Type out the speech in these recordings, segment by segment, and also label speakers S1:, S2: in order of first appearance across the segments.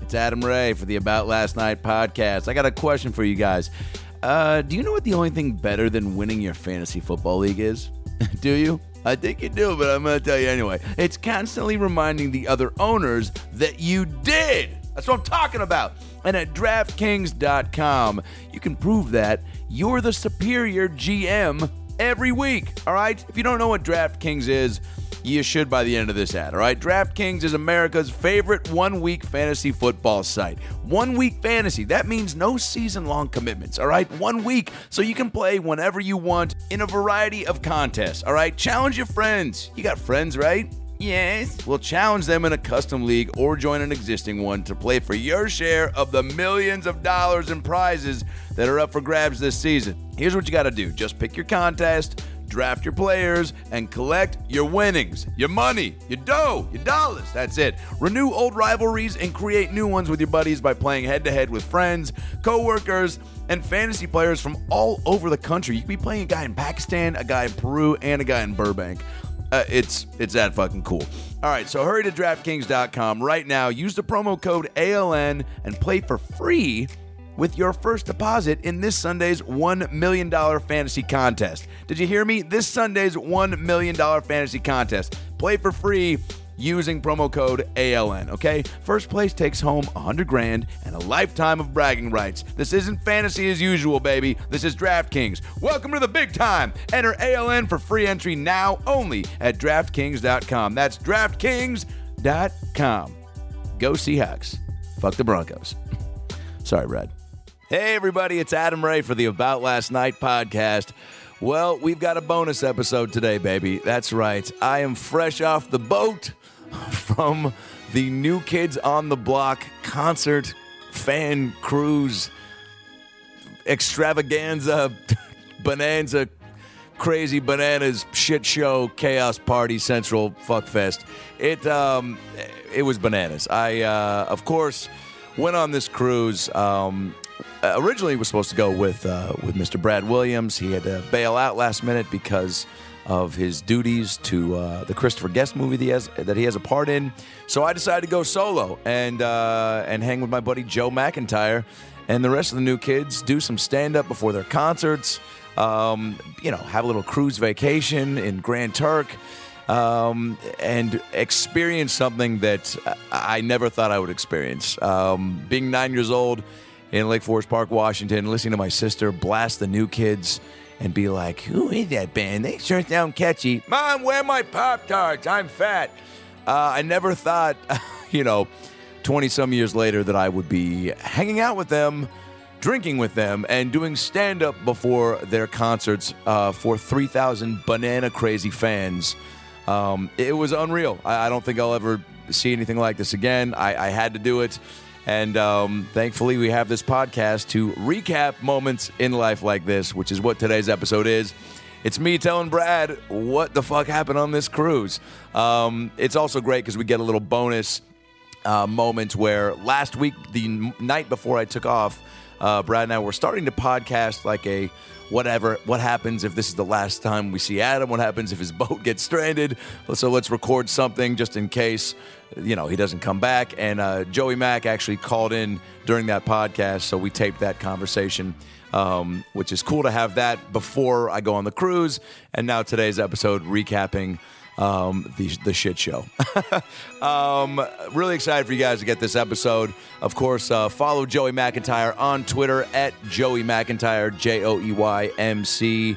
S1: It's Adam Ray for the About Last Night podcast. I got a question for you guys. Uh, do you know what the only thing better than winning your fantasy football league is? do you? I think you do, but I'm going to tell you anyway. It's constantly reminding the other owners that you did. That's what I'm talking about. And at DraftKings.com, you can prove that you're the superior GM every week. All right? If you don't know what DraftKings is, you should by the end of this ad. All right, DraftKings is America's favorite one week fantasy football site. One week fantasy, that means no season long commitments. All right, one week, so you can play whenever you want in a variety of contests. All right, challenge your friends. You got friends, right? Yes. We'll challenge them in a custom league or join an existing one to play for your share of the millions of dollars in prizes that are up for grabs this season. Here's what you got to do just pick your contest draft your players, and collect your winnings, your money, your dough, your dollars. That's it. Renew old rivalries and create new ones with your buddies by playing head to head with friends, coworkers, and fantasy players from all over the country. You could be playing a guy in Pakistan, a guy in Peru, and a guy in Burbank. Uh, it's it's that fucking cool. All right, so hurry to DraftKings.com right now. Use the promo code ALN and play for free with your first deposit in this Sunday's $1 million fantasy contest. Did you hear me? This Sunday's $1 million fantasy contest. Play for free using promo code ALN, okay? First place takes home 100 grand and a lifetime of bragging rights. This isn't fantasy as usual, baby. This is DraftKings. Welcome to the big time. Enter ALN for free entry now only at DraftKings.com. That's DraftKings.com. Go Seahawks. Fuck the Broncos. Sorry, Brad. Hey, everybody, it's Adam Ray for the About Last Night podcast. Well, we've got a bonus episode today, baby. That's right. I am fresh off the boat from the New Kids on the Block concert, fan cruise, extravaganza, bonanza, crazy bananas, shit show, chaos party, central fuckfest. It um, it was bananas. I uh, of course went on this cruise. Um, uh, originally was supposed to go with uh, with Mr. Brad Williams. He had to bail out last minute because of his duties to uh, the Christopher Guest movie that he, has, that he has a part in. So I decided to go solo and uh, and hang with my buddy Joe McIntyre and the rest of the new kids. Do some stand up before their concerts. Um, you know, have a little cruise vacation in Grand Turk. Um, and experience something that I I never thought I would experience. Um, being nine years old, in Lake Forest Park, Washington, listening to my sister blast the new kids and be like, Who is that band? They sure sound catchy. Mom, where are my Pop Tarts? I'm fat. Uh, I never thought, you know, 20 some years later that I would be hanging out with them, drinking with them, and doing stand up before their concerts uh, for 3,000 banana crazy fans. Um, it was unreal. I, I don't think I'll ever see anything like this again. I, I had to do it. And um, thankfully, we have this podcast to recap moments in life like this, which is what today's episode is. It's me telling Brad what the fuck happened on this cruise. Um, it's also great because we get a little bonus uh, moment where last week, the n- night before I took off, uh, Brad and I were starting to podcast like a whatever. What happens if this is the last time we see Adam? What happens if his boat gets stranded? So let's record something just in case, you know, he doesn't come back. And uh, Joey Mack actually called in during that podcast, so we taped that conversation, um, which is cool to have that before I go on the cruise. And now today's episode recapping um, the, the shit show. um, really excited for you guys to get this episode. Of course, uh, follow Joey McIntyre on Twitter at Joey McIntyre, J O E Y M C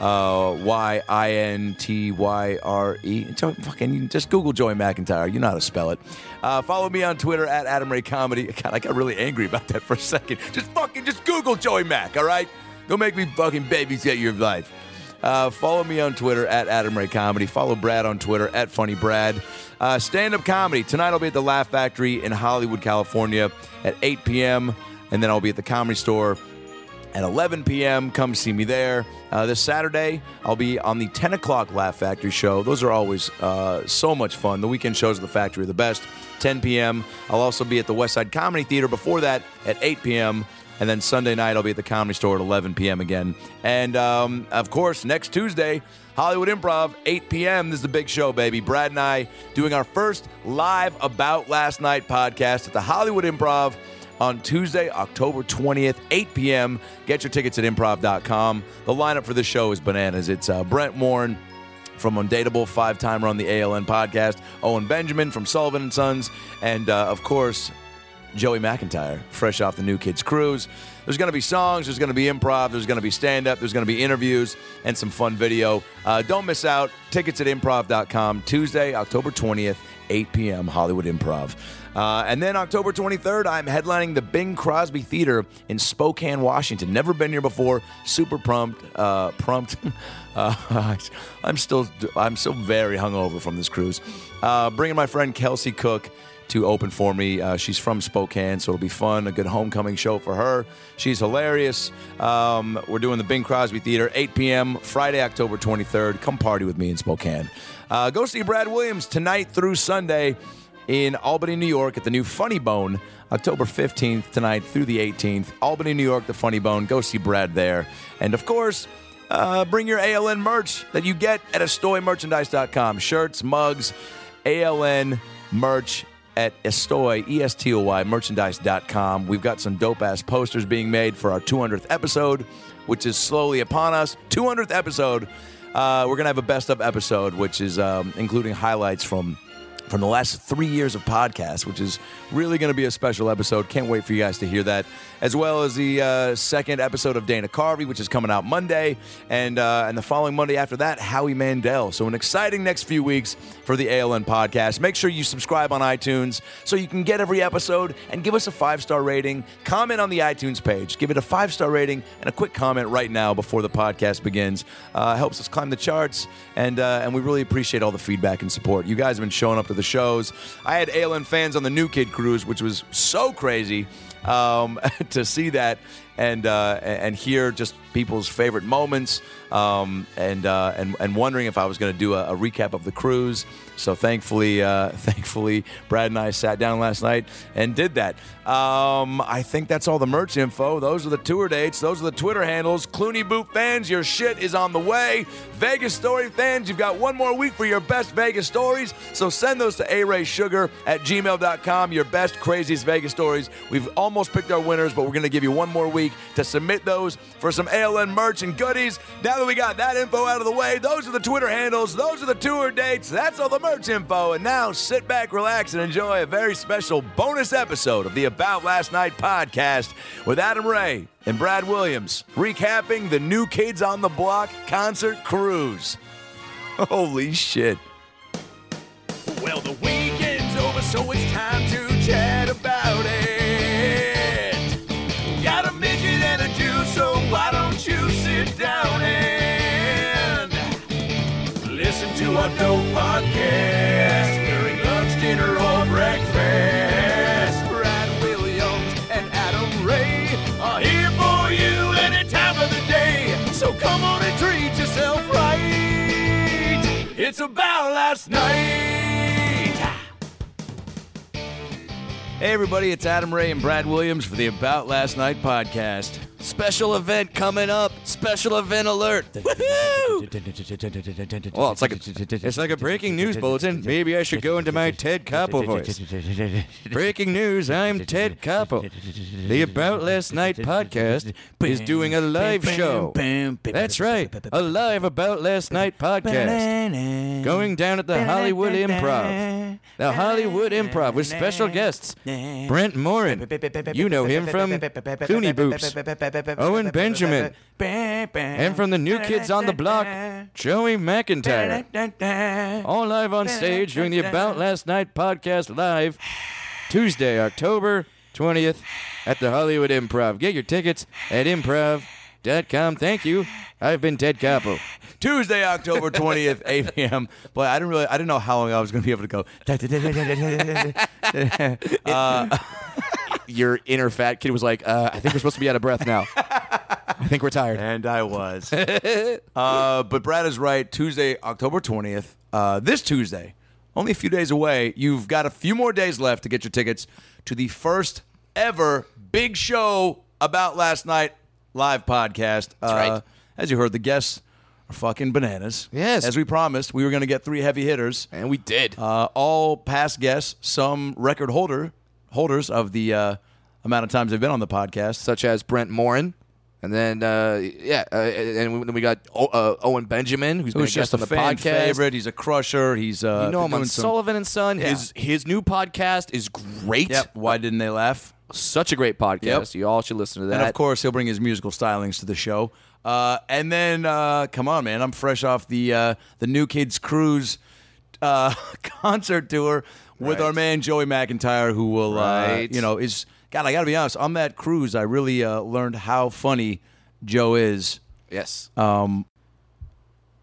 S1: uh, Y I N T Y R E. So Fucking you just Google Joey McIntyre. You know how to spell it. Uh, follow me on Twitter at Adam Ray Comedy. God, I got really angry about that for a second. Just fucking just Google Joey Mac, all right? Don't make me fucking babysit your life. Uh, follow me on Twitter at Adam Ray Comedy. Follow Brad on Twitter at Funny Brad. Uh, Stand up comedy. Tonight I'll be at the Laugh Factory in Hollywood, California at 8 p.m. And then I'll be at the Comedy Store at 11 p.m. Come see me there. Uh, this Saturday, I'll be on the 10 o'clock Laugh Factory show. Those are always uh, so much fun. The weekend shows at the factory are the best. 10 p.m. I'll also be at the West Side Comedy Theater before that at 8 p.m. And then Sunday night, I'll be at the Comedy Store at 11 p.m. again. And um, of course, next Tuesday, Hollywood Improv, 8 p.m. This is the big show, baby. Brad and I doing our first live about last night podcast at the Hollywood Improv on Tuesday, October 20th, 8 p.m. Get your tickets at improv.com. The lineup for this show is bananas. It's uh, Brent Warren from Undateable, five-timer on the ALN podcast, Owen Benjamin from Sullivan and Sons, and uh, of course, Joey McIntyre, fresh off the New Kids Cruise. There's going to be songs, there's going to be improv, there's going to be stand up, there's going to be interviews, and some fun video. Uh, don't miss out. Tickets at improv.com, Tuesday, October 20th, 8 p.m., Hollywood Improv. Uh, and then October 23rd, I'm headlining the Bing Crosby Theater in Spokane, Washington. Never been here before. Super prompt, uh, prompt. Uh, I'm still, I'm still very hungover from this cruise. Uh, bringing my friend Kelsey Cook to open for me. Uh, she's from Spokane, so it'll be fun. A good homecoming show for her. She's hilarious. Um, we're doing the Bing Crosby Theater, 8 p.m., Friday, October 23rd. Come party with me in Spokane. Uh, go see Brad Williams tonight through Sunday in Albany, New York at the new Funny Bone, October 15th tonight through the 18th. Albany, New York, the Funny Bone. Go see Brad there. And of course, uh, bring your ALN merch that you get at estoymerchandise.com. Shirts, mugs, ALN merch at Estoy, E E-S-T-O-Y, merchandise.com. We've got some dope-ass posters being made for our 200th episode, which is slowly upon us. 200th episode. Uh, we're going to have a best-of episode, which is um, including highlights from from the last three years of podcasts, which is really going to be a special episode. Can't wait for you guys to hear that, as well as the uh, second episode of Dana Carvey, which is coming out Monday, and uh, and the following Monday after that, Howie Mandel. So an exciting next few weeks for the ALN podcast. Make sure you subscribe on iTunes so you can get every episode and give us a five star rating. Comment on the iTunes page, give it a five star rating and a quick comment right now before the podcast begins. Uh, helps us climb the charts, and uh, and we really appreciate all the feedback and support. You guys have been showing up to the shows. I had ALN fans on the New Kid Cruise, which was so crazy um, to see that and uh, and hear just people's favorite moments um, and, uh, and and wondering if I was going to do a, a recap of the cruise. So thankfully, uh, thankfully, Brad and I sat down last night and did that. Um, I think that's all the merch info. Those are the tour dates. Those are the Twitter handles. Clooney Boot fans, your shit is on the way. Vegas Story fans, you've got one more week for your best Vegas stories. So send those to araysugar at gmail.com, your best, craziest Vegas stories. We've almost picked our winners, but we're going to give you one more week to submit those for some ALN merch and goodies. Now that we got that info out of the way, those are the Twitter handles, those are the tour dates, that's all the merch info. And now sit back, relax, and enjoy a very special bonus episode of the About Last Night podcast with Adam Ray and Brad Williams, recapping the New Kids on the Block concert cruise. Holy shit. Well, the weekend's over, so it's time to chat about it. Got a midget and a Jew, so why don't you sit down and listen to our dope podcast during lunch, dinner, or breakfast? Brad Williams and Adam Ray are here for you any time of the day, so come on and treat yourself right. It's about last night. Hey, everybody, it's Adam Ray and Brad Williams for the About Last Night podcast.
S2: Special event coming up. Special event alert. Woohoo!
S1: Well, it's like a, it's like a breaking news bulletin. Maybe I should go into my Ted Koppel voice. Breaking news, I'm Ted Koppel. The About Last Night podcast is doing a live show. That's right, a live About Last Night podcast going down at the Hollywood Improv. The Hollywood Improv with special guests Brent Morin, you know him from Cooney Boops, Owen Benjamin, and from the New Kids on the Block, Joey McIntyre. All live on stage during the About Last Night podcast live, Tuesday, October 20th at the Hollywood Improv. Get your tickets at improv.com. Thank you. I've been Ted Capo. Tuesday, October 20th, 8 p.m. Boy, I didn't really, I didn't know how long I was going to be able to go.
S2: Your inner fat kid was like, uh, I think we're supposed to be out of breath now.
S3: I think we're tired.
S1: And I was. uh, but Brad is right. Tuesday, October 20th, uh, this Tuesday, only a few days away, you've got a few more days left to get your tickets to the first ever big show about last night live podcast. That's
S2: right.
S1: As you heard, the guests are fucking bananas.
S3: Yes.
S1: As we promised, we were going to get three heavy hitters.
S2: And we did.
S1: Uh, all past guests, some record holder holders of the uh, amount of times they've been on the podcast.
S2: such as Brent Morin. And then, uh, yeah, uh, and we, then we got o- uh, Owen Benjamin, who's been
S1: Who's
S2: a guest
S1: just
S2: on
S1: a
S2: the
S1: fan
S2: podcast.
S1: favorite? He's a crusher. He's uh,
S2: You know him
S1: been
S2: on
S1: doing some-
S2: Sullivan and Son. His his new podcast is great.
S1: Yep. Why didn't they laugh?
S2: Such a great podcast.
S1: Yep.
S2: You all should listen to that.
S1: And of course, he'll bring his musical stylings to the show. Uh, and then, uh, come on, man, I'm fresh off the uh, the New Kids Cruise uh, concert tour with our man Joey McIntyre, who will, uh,
S2: Right.
S1: you know, is God. I got to be honest. On that cruise, I really uh, learned how funny Joe is.
S2: yes.
S1: Uh,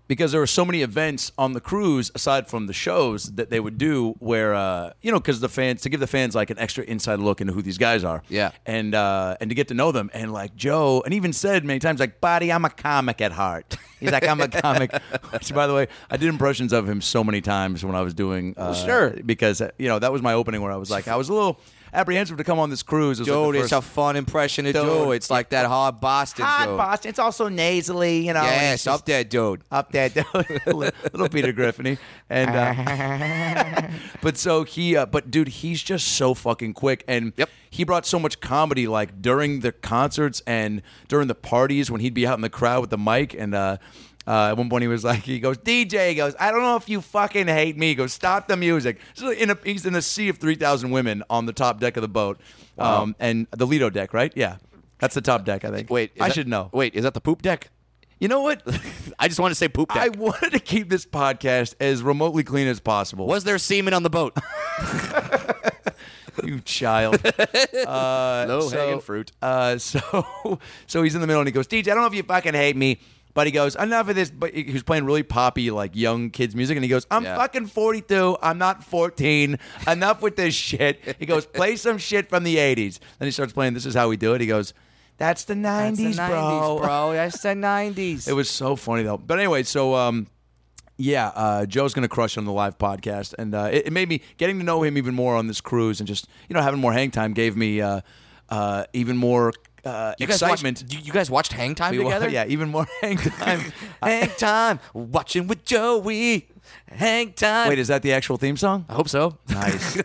S1: because there were so many events on the cruise aside from the shows that they would do where uh, you know because the fans to give the fans like an extra inside look into who these guys are
S2: Yeah.
S1: and uh, and to get to know them and like joe and even said many times like buddy i'm a comic at heart he's like i'm a comic which by the way i did impressions of him so many times when i was doing uh,
S2: Sure.
S1: because uh, you know that was my opening where i was like i was a little apprehensive to come on this cruise It was, like, the
S2: dude, it's
S1: first-
S2: a fun impression to do.
S1: Dude.
S2: It's like that hard Boston dude.
S1: Boston. It's also nasally, you know. and
S2: Yes,
S1: it's just-
S2: up there, dude.
S1: up there, little Peter Griffin, and uh, but so he, uh, but dude, he's just so fucking quick, and
S2: Yep.
S1: he brought so much comedy like during the concerts and during the parties when he'd be out in the crowd with the mic, and uh, uh, at one point he was like, he goes, DJ, he goes, I don't know if you fucking hate me, he goes, stop the music. So in a, he's in a sea of three thousand women on the top deck of the boat, um, and the Lido deck, right? Yeah, that's the top deck, I think.
S2: Wait, is
S1: I
S2: that-
S1: should know.
S2: Wait, is that the poop deck?
S1: You know what?
S2: I just want to say poop deck.
S1: I wanted to keep this podcast as remotely clean as possible.
S2: Was there semen on the boat?
S1: you child?
S2: Low
S1: so, Uh, so, so he's in the middle and he goes, "DJ, I don't know if you fucking hate me." But he goes, enough of this. But he he was playing really poppy, like young kids music. And he goes, I'm
S2: Yeah.
S1: fucking 42. I'm not 14. Enough with this shit. He goes, play some shit from the 80s. Then he starts playing, This is how we do it. He goes, That's the 90s,
S2: Oh,
S1: bro.
S2: That's the 90s.
S1: It was so funny though. But anyway, so um, yeah, uh, Joe's gonna crush on the live podcast, and uh, it, it made me getting to know him even more on this cruise, and just you know having more hang time gave me uh, uh, even more uh,
S2: You guys
S1: excitement.
S2: Watched, you- you guys watched Hang Time
S1: We wa-
S2: together?
S1: yeah, even more hang time.
S2: Hang Time, watching with Joey. Hang Time.
S1: Wait, is that the actual theme song?
S2: I hope so.
S1: Nice.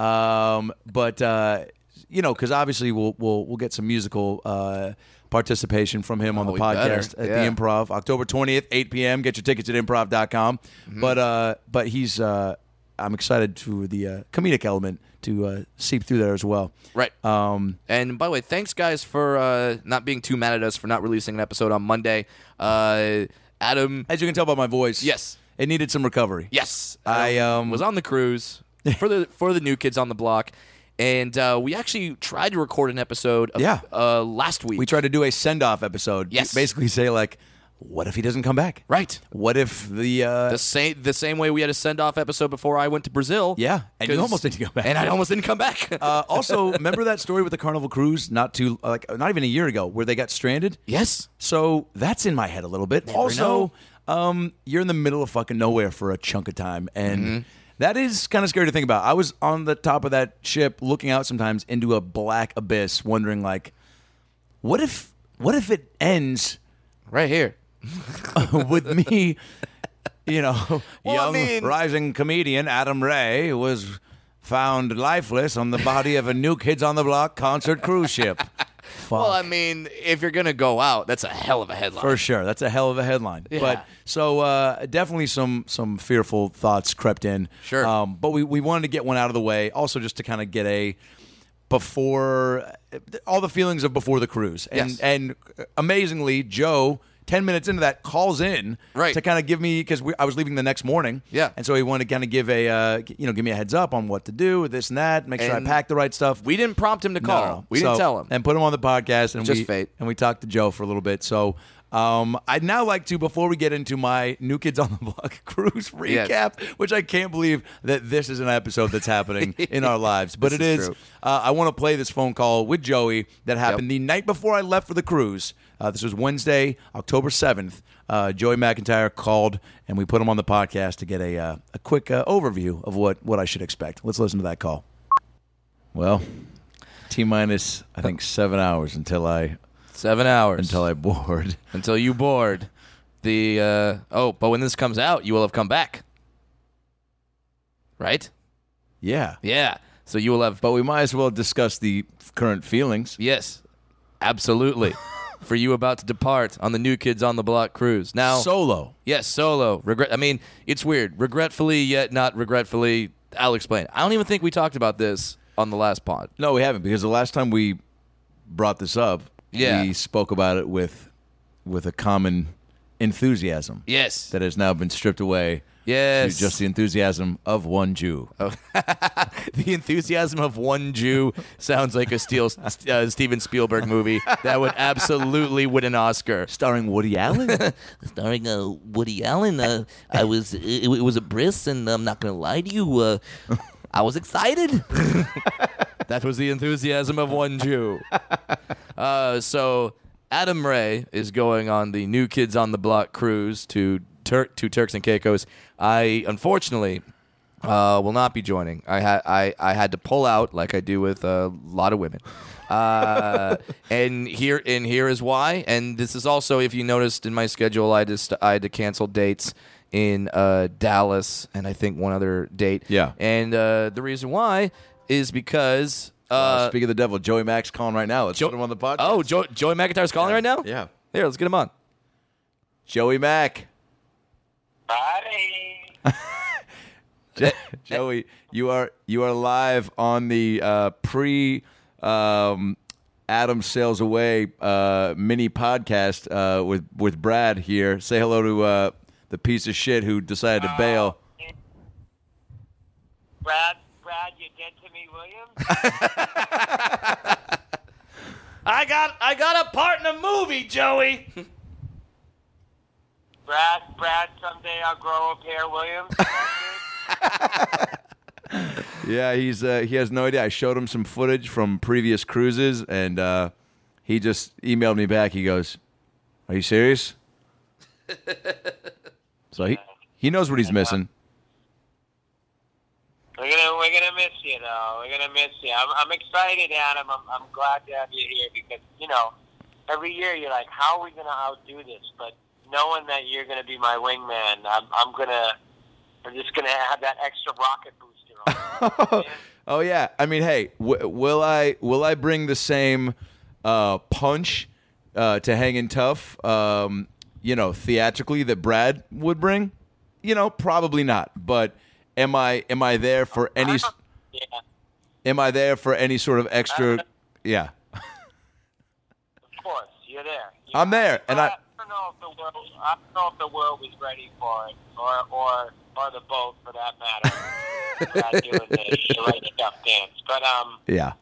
S1: um, but uh, you know, because obviously we'll we'll we'll get some musical uh, participation from him on
S2: Oh,
S1: the
S2: we better.
S1: podcast at
S2: Yeah.
S1: the Improv, October twentieth, eight p.m. Get your tickets at improv.com.
S2: Mm-hmm.
S1: But uh, but he's uh, I'm excited to the uh, comedic element to uh, seep through there as well.
S2: Right. Um, and by the way, thanks guys for uh, not being too mad at us for not releasing an episode on Monday. Uh, Adam,
S1: As you can tell by my voice,
S2: Yes.
S1: it needed some recovery.
S2: yes,
S1: I,
S2: Adam
S1: um,
S2: was on the cruise for the for the new kids on the block, and uh, we actually tried to record an episode. Of,
S1: Yeah.
S2: uh, last week
S1: We tried to do a send off episode.
S2: Yes.
S1: basically say like, what if he doesn't come back?
S2: Right.
S1: What if the uh,
S2: the same the same way we had a send off episode before I went to Brazil.
S1: Yeah, and you
S2: 'Cause-
S1: almost didn't come back.
S2: and I almost didn't come back.
S1: Uh, also, remember that story with the Carnival Cruise not too like not even a year ago where they got stranded.
S2: yes,
S1: So that's in my head a little bit. also, um, you're in the middle of fucking nowhere for a chunk of time, and that is kind of scary to think about. I was on the top of that ship, looking out sometimes into a black abyss, wondering like, what if what if it ends
S2: right here.
S1: with me? You know,
S2: Well, I
S1: young
S2: mean-
S1: rising comedian Adam Ray was found lifeless on the body of a new Kids on the Block concert cruise ship.
S2: Well, I mean, if you're gonna go out, that's a hell of a headline.
S1: For sure, that's a hell of a headline.
S2: Yeah.
S1: But so uh, definitely some some fearful thoughts crept in.
S2: Sure.
S1: um, but we we wanted to get one out of the way, also just to kind of get a before all the feelings of before the cruise, and
S2: Yes.
S1: and uh, amazingly, Joe. 10 minutes into that calls in
S2: Right.
S1: to kind of give me because i was leaving the next morning
S2: Yeah.
S1: and so he wanted to kind of give a uh, you know give me a heads up on what to do this and that make sure i
S2: And
S1: pack the right stuff
S2: We didn't prompt him to
S1: no,
S2: call.
S1: no.
S2: We
S1: So-
S2: didn't tell him.
S1: And put him on the podcast and
S2: Just
S1: we
S2: fate.
S1: and we talked to Joe for a little bit. So Um, I'd now like to, before we get into my New Kids on the Block cruise recap,
S2: Yes.
S1: which I can't believe that this is an episode that's happening in our lives, but
S2: This
S1: it
S2: is
S1: is.
S2: true.
S1: Uh, I want to play this phone call with Joey that happened the night before I left for the cruise. Uh, this was Wednesday, October 7th. Uh, Joey McIntyre called, and we put him on the podcast to get a, uh, a quick uh, overview of what, what I should expect. Let's listen to that call. Well, T minus, I think, seven hours until I
S2: Seven hours
S1: until I board.
S2: until you board the. Uh, oh, but when this comes out, you will have come back, right?
S1: Yeah.
S2: Yeah. So you will have.
S1: But we might as well discuss the current feelings.
S2: Yes, absolutely. For you about to depart on the New Kids on the Block cruise now.
S1: Solo.
S2: Yes, solo. Regret. I mean, it's weird. Regretfully, yet not regretfully. I'll explain. I don't even think we talked about this on the last pod.
S1: No, we haven't because the last time we brought this up,
S2: Yeah.
S1: we spoke about it with with a common enthusiasm
S2: Yes.
S1: that has now been stripped away
S2: yes. Oh.
S1: to just the enthusiasm of one Jew.
S2: the enthusiasm of one Jew sounds like a Steel, uh, Steven Spielberg movie that would absolutely win an Oscar.
S1: Starring Woody Allen?
S3: starring uh, Woody Allen. Uh, I was it, it was a brisk, and I'm not gonna lie to you, uh, I was excited.
S2: That was the enthusiasm of one Jew. Uh, so Adam Ray is going on the New Kids on the Block cruise to Tur- to Turks and Caicos. I unfortunately uh, will not be joining. I had I, I had to pull out like I do with a lot of women. Uh, and here and here is why. And this is also if you noticed in my schedule, I just I had to cancel dates in uh, Dallas and I think one other date.
S1: Yeah.
S2: And uh, the reason why is because uh,
S1: Speak of the devil, Joey Max calling right now. Let's
S2: Jo-
S1: put him on the podcast.
S2: Oh, jo- Joey McIntyre's calling right now.
S1: yeah.
S2: Here, let's get him on.
S1: Joey Mac.
S4: Hi.
S1: Joey, you are you are live on the uh, pre um, Adam Sails Away uh, mini podcast uh, with with Brad here. Say hello to uh, the piece of shit who decided to bail.
S4: Brad, Brad, you dead to me, William?
S2: I got I got a part in a movie, Joey.
S4: Brad, Brad, someday I'll grow up here, William.
S1: Yeah, he's uh, he has no idea. I showed him some footage from previous cruises, and uh, he just emailed me back. He goes, "Are you serious?" so he he knows what he's missing.
S4: We're gonna, we're gonna miss you, though. We're gonna miss you. I'm, I'm excited, Adam. I'm, I'm glad to have you here because you know, every year you're like, how are we gonna outdo this? But knowing that you're gonna be my wingman, I'm, I'm gonna, I'm just gonna have that extra rocket booster. On.
S1: Oh yeah, I mean, hey, w- will I will I bring the same uh, punch uh, to hanging tough? Um, you know, theatrically that Brad would bring. You know, probably not. But am I am I there for any s-
S4: yeah.
S1: am I there for any sort of extra? Yeah,
S4: Of course, you're there. You
S1: I'm there, and I-
S4: don't know if the world, I don't know if the world was ready for it, or or or the boat for that matter. About doing the, the right stuff dance, but um,
S1: yeah.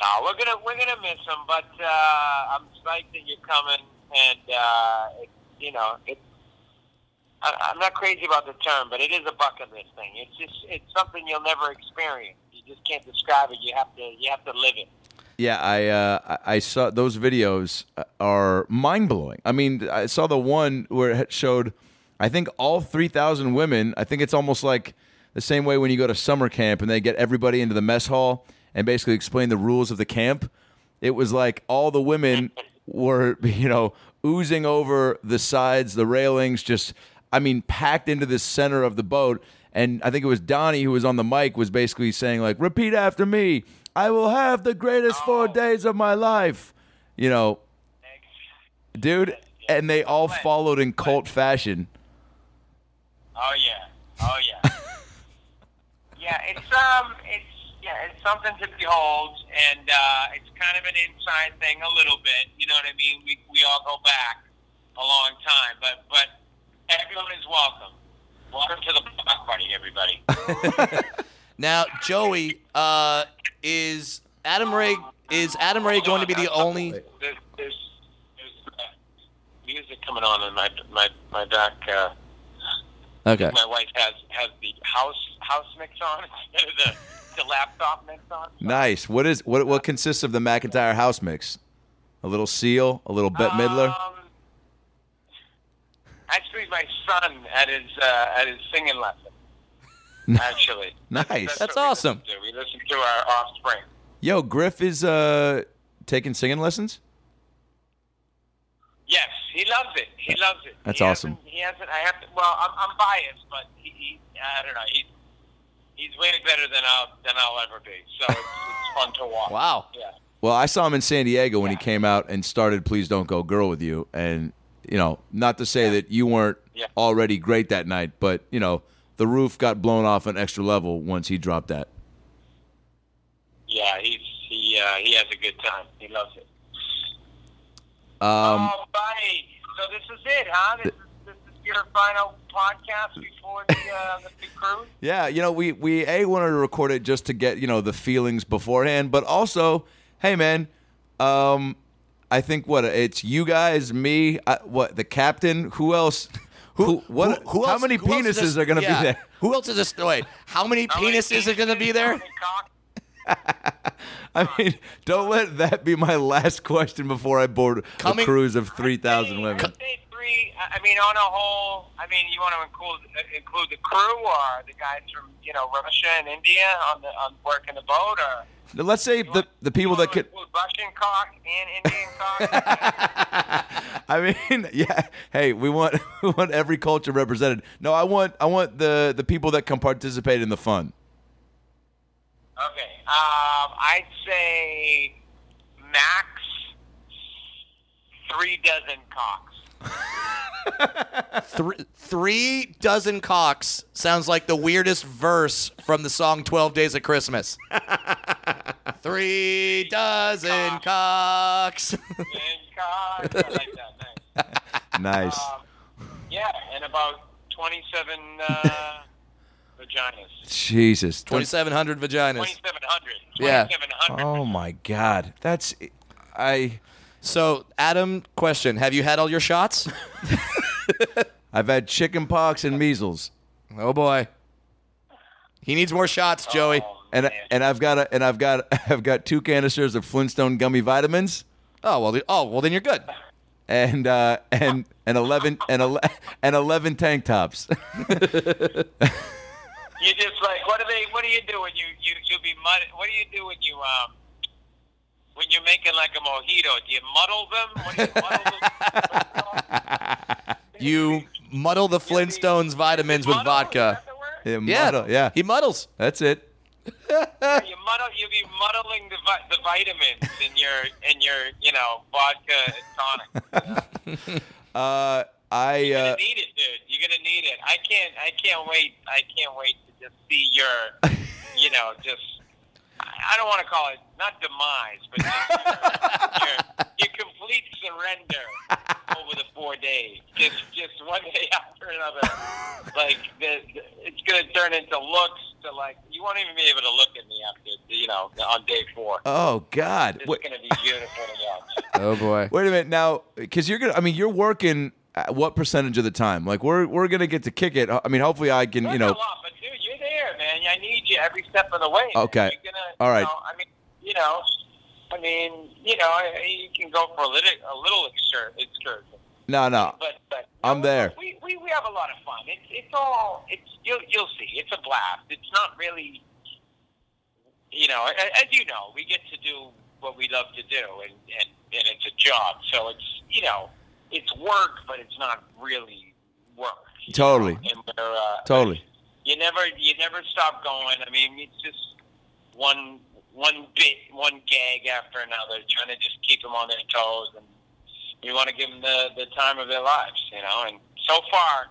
S4: no, we're gonna we're gonna miss him. But uh, I'm psyched that you're coming, and uh, it, you know, it, I, I'm not crazy about the term, but it is a bucket list thing. It's just it's something you'll never experience. You just can't describe it. You have to you have to live it.
S1: Yeah, I uh, I I saw those videos uh, are mind blowing. I mean, I saw the one where it showed, I think all three thousand women. I think it's almost like the same way when you go to summer camp and they get everybody into the mess hall and basically explain the rules of the camp. It was like all the women were you know oozing over the sides, the railings, just I mean packed into the center of the boat. And I think it was Donnie who was on the mic was basically saying like, "Repeat after me." I will have the greatest four days of my life. You know, dude, and they all followed in cult fashion.
S4: Oh yeah. Oh yeah. yeah, it's um, it's yeah, it's something to behold, and uh, it's kind of an inside thing a little bit. You know what I mean? We we all go back a long time, but but everyone is welcome. Welcome to the block party, everybody.
S2: Now, Joey uh, is Adam Ray is Adam Ray going to be the only?
S4: There's, there's, there's, uh, coming on, and my my my doc, uh,
S2: Okay.
S4: my wife has has the house house mix on instead of the, the laptop mix on.
S1: Nice. What is what? What consists of the McIntyre house mix? A little Seal, a little Bette Midler.
S4: Um, actually, my son at his uh, at his singing lesson. Actually,
S1: Nice.
S2: That's
S4: what we
S2: awesome.
S4: listen to. We listen to our offspring.
S1: Yo, Griff is uh taking singing lessons.
S4: Yes, he loves it. He loves it.
S1: That's
S4: He
S1: awesome.
S4: hasn't- He hasn't. I have to. Well, I'm, I'm biased, but he, he. I don't know. He's he's way better than I'll than I'll ever be. So it's, it's fun to watch.
S2: Wow.
S4: Yeah.
S1: Well, I saw him in San Diego when he
S4: Yeah.
S1: came out and started "Please Don't Go Girl" with you, and you know, not to say that you weren't
S4: Yeah.
S1: already great that night, but you know, the roof got blown off an extra level once he dropped that.
S4: Yeah. He's he uh, he has a good time. He loves it.
S1: Um,
S4: oh, buddy. So this is it, huh? This is, this is your final podcast before the uh, the big cruise.
S1: Yeah, you know, we we a wanted to record it just to get you know the feelings beforehand, but also, hey man, um, I think what it's you guys, me, I, what the captain, who else, who, what,
S2: Who- who
S1: how
S2: else-
S1: many
S2: who else
S1: penises
S2: is this-
S1: are gonna
S2: yeah.
S1: be there?
S2: Who else is this? Wait, how many
S4: How many
S2: penises are going to be
S4: penises, how
S2: there?
S4: many cocks?
S1: I mean, don't let that be my last question before I board
S2: Coming-
S1: a cruise of three thousand
S4: I'd
S1: women.
S4: say three. I I mean, on a whole, I mean, you want to include uh, include the crew or the guys from you know Russia and India on the on working the boat, or
S1: Now, Let's say the the people
S4: you
S1: that
S4: wanna
S1: could.
S4: include Russian cock and Indian cock.
S1: I mean, yeah. Hey, we want we want every culture represented. No, I want I want the the people that can participate in the fun.
S4: okay, um, I'd say max three dozen cocks.
S2: Three, three dozen cocks sounds like the weirdest verse from the song 12 Days of Christmas. three dozen cocks.
S4: And cocks, I like that. Nice.
S1: Nice.
S4: Yeah, and about twenty-seven uh, vaginas.
S1: Jesus.
S2: 2,700 vaginas.
S4: 2,700.
S2: Yeah.
S4: 2,700.
S1: Oh my God. That's I.
S2: So, Adam, question Have you had all your shots?
S1: I've had chicken pox and measles,
S2: Oh, boy. He needs more shots, Joey.
S1: Oh, and
S4: man.
S1: and I've got a, and I've got I've got two canisters of Flintstone gummy vitamins,
S2: Oh, well, the- oh, well then you're good.
S1: and uh, and and eleven and ele- and eleven tank tops.
S4: You just like what do they? What do you do when you you you be mud? What do you do when you um when you're making like a mojito? Do you muddle them? What do
S2: You
S4: you muddle them?
S2: muddle the Flintstones vitamins with
S4: Muddle? Is
S2: vodka.
S4: that the word?
S1: Yeah,
S2: Yeah,
S1: muddle, yeah.
S2: He muddles.
S1: That's it.
S4: You muddle. You be muddling the vi- the vitamins in your in your you know vodka and tonic.
S1: Uh, I
S4: You're
S1: uh,
S4: gonna need it, dude. You're gonna need it. I can't. I can't wait. I can't wait to just see your, you know, just. I I don't want to call it not demise, but just your, your complete surrender over the four days. Just, just one day after another. Like the, the- it's gonna turn into looks to like you won't even be able to look at me after you know on day four.
S1: oh God.
S4: It's
S1: Wait,
S4: gonna be beautiful to watch.
S2: Oh, boy.
S1: wait a minute now, because you're gonna. I mean, you're working. At what percentage of the time? Like we're we're gonna get to kick it. I mean, hopefully I can. You
S4: That's
S1: know.
S4: a lot, but dude, you're there, man. I need you every step of the way. man.
S1: Okay.
S4: You're gonna,
S1: All right.
S4: You know, I mean, you know, I mean, you know, I- I- you can go for a little, a little excur- excursion,
S1: No, no.
S4: but but
S1: I'm
S4: no,
S1: there.
S4: We, we we have a lot of fun. It's it's all it's you'll you'll see. It's a blast. It's not really, you know, a- as you know, we get to do what we love to do, and and and it's a job, so it's you know, it's work, but it's not really work. you
S1: Totally.
S4: know? And we're, uh,
S1: Totally.
S4: you never you never stop going. I mean, it's just one one bit, one gag after another, trying to just keep them on their toes, and you want to give them the the time of their lives, you know. And so far,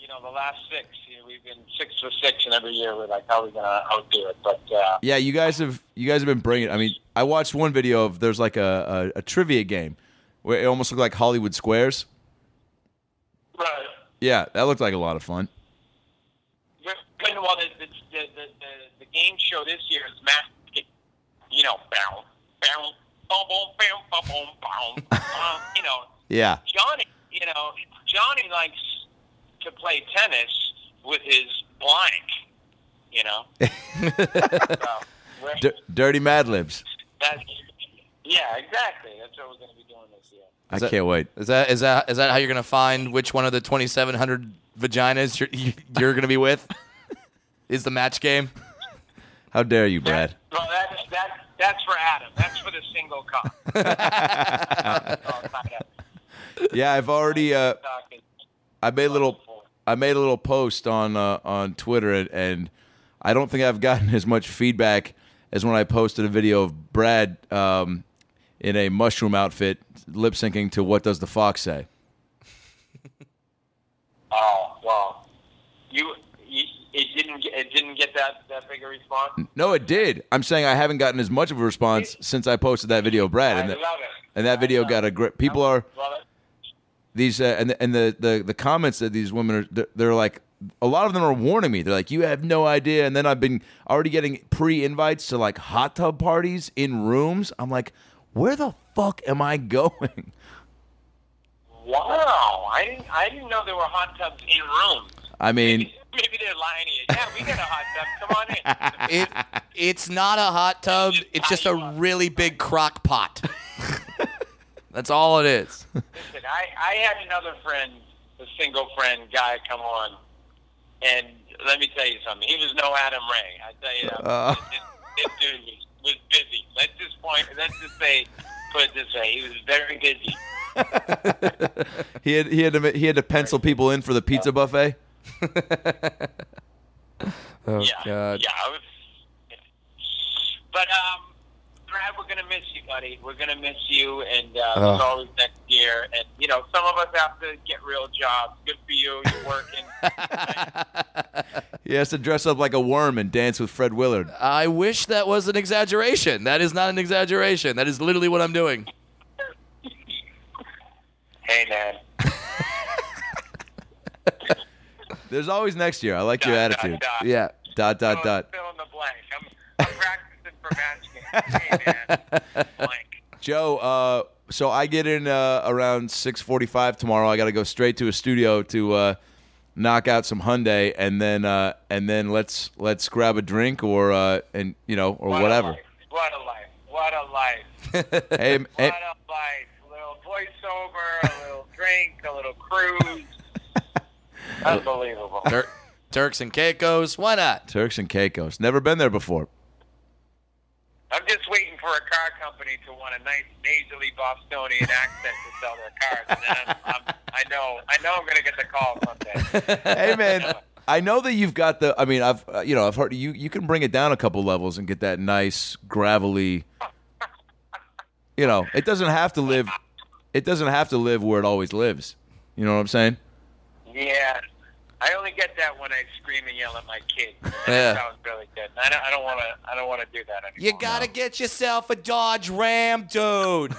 S4: you know, the last six, you know, we've been six for six, and every year we're like, how are we gonna outdo it? But uh,
S1: Yeah, you guys have you guys have been bringing. I mean, I watched one video of there's like a, a, a trivia game where it almost looked like Hollywood Squares.
S4: right.
S1: Yeah, that looked like a lot of fun.
S4: Well, the the, the the the game show this year is mass, you know, bounce, bounce, boom, boom, boom, boom, boom, boom, Um, you know.
S1: Yeah,
S4: Johnny, you know, Johnny likes to play tennis with his blank. You know. so, we're-
S1: D- dirty Mad Libs.
S4: that's, yeah, exactly. That's what we're going to be doing this year.
S1: I
S2: Is that-
S1: can't wait.
S2: Is that is that is that how you're gonna find which one of the 2,700 vaginas you're you- you're gonna be with? Is the match game?
S1: How dare you, Brad?
S4: Well, that's that, that's for Adam. That's for the single cock. Oh, it's not Adam.
S1: Yeah, I've already. Uh,
S4: Cock is-
S1: I made a little. I made a little post on uh, on Twitter, and, and I don't think I've gotten as much feedback as when I posted a video of Brad um, in a mushroom outfit, lip syncing to "What Does the Fox Say."
S4: Oh well, you, you it didn't get- it didn't get that that big a response.
S1: No, it did. I'm saying I haven't gotten as much of a response since I posted that video, of Brad,
S4: I
S1: and, that-
S4: love it.
S1: and that video got a grip. People are.
S4: Love it.
S1: these uh, and the, and the, the the comments that these women are they're, they're like a lot of them are warning me they're like you have no idea and then i've been already getting pre-invites to like hot tub parties in rooms i'm like where the fuck am i going
S4: Wow, I didn't I didn't know there were hot tubs in rooms.
S1: i mean
S4: Maybe, maybe they're lying to you. Yeah, we got a hot tub. Come on in.
S2: It it's not a hot tub. It's just a really big crock pot. That's all it is.
S4: Listen, I, I had another friend, a single friend guy, come on, and let me tell you something. He was no Adam Ray. I tell you that.
S1: Uh.
S4: This, this dude was, was busy. Let's just point. Let's just say, put it this way, he was very busy.
S1: he had he had to, ma- he had to pencil people in for the pizza buffet
S2: Oh
S4: yeah,
S1: uh,
S2: God.
S4: yeah. I was, but um, Brad, we're gonna miss you, buddy. We're gonna miss you, and uh,
S2: Ugh.
S4: it's always next year. And you know, some of us have to get real jobs. Good for you. You're working.
S1: he has to dress up like a worm and dance with fred willard
S2: I wish that was an exaggeration. That is not an exaggeration. That is literally what I'm doing.
S4: hey, man.
S1: there's always next year i like your
S4: Dot, dot,
S1: attitude
S4: dot.
S2: Yeah.
S1: dot dot
S4: Fill-
S1: dot
S4: Fill in the blank. I'm, I'm practicing for match game. Hey, man. Blank.
S1: Joe, uh, so I get in uh, around six forty-five tomorrow. I got to go straight to a studio to uh, knock out some Hyundai, and then uh, and then let's let's grab a drink or uh, and you know or
S4: What a
S1: whatever.
S4: life. What a life. What a life.
S1: hey, hey,
S4: What a life. A little voiceover, a little drink, a little cruise. Unbelievable.
S2: Tur- Turks and Caicos. Why not?
S1: Turks and Caicos. Never been there before.
S4: I'm just waiting for a car company to want a nice nasally Bostonian accent to sell their cars, and then I'm, I'm, I know, I know, I'm going to get the call someday.
S1: hey, man. I know that you've got the. I mean, I've uh, you know I've heard you you can bring it down a couple levels and get that nice gravelly. You know, it doesn't have to live. It doesn't have to live where it always lives. You know what I'm saying?
S4: Yeah, I only get that when I scream and yell at my kids.
S2: Yeah.
S4: That sounds really good. I don't, I don't want to, I don't want to do that anymore.
S1: Oh,
S2: You gotta get yourself a Dodge Ram, dude.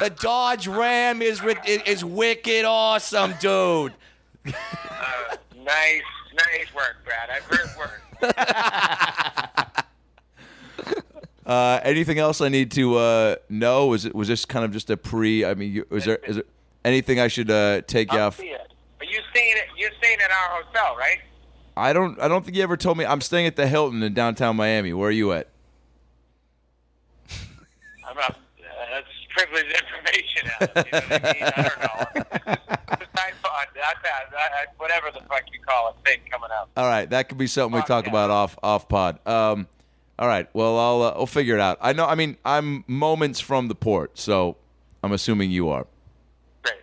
S2: the Dodge Ram is ri- is wicked awesome, dude.
S4: Uh, nice, nice work, Brad. I've heard work.
S1: Uh, anything else I need to uh, know? Was it was this kind of just a pre? I mean, you- was there is there anything I should uh, take you
S4: I'll
S1: off?
S4: see ya. But you staying, at, you're staying at our hotel, right?
S1: I don't I don't think you ever told me. I'm staying at the Hilton in downtown Miami. Where are you at?
S4: I'm not. Uh, that's privileged information. Adam. You know what I mean? I don't know. I thought that, that, that, whatever the fuck you call it, thing coming up.
S1: All right, that could be something we
S4: Fuck
S1: talk
S4: yeah.
S1: about off off pod. Um, all right, well I'll uh, I'll figure it out. I know. I mean, I'm moments from the port, so I'm assuming you are.
S4: Great,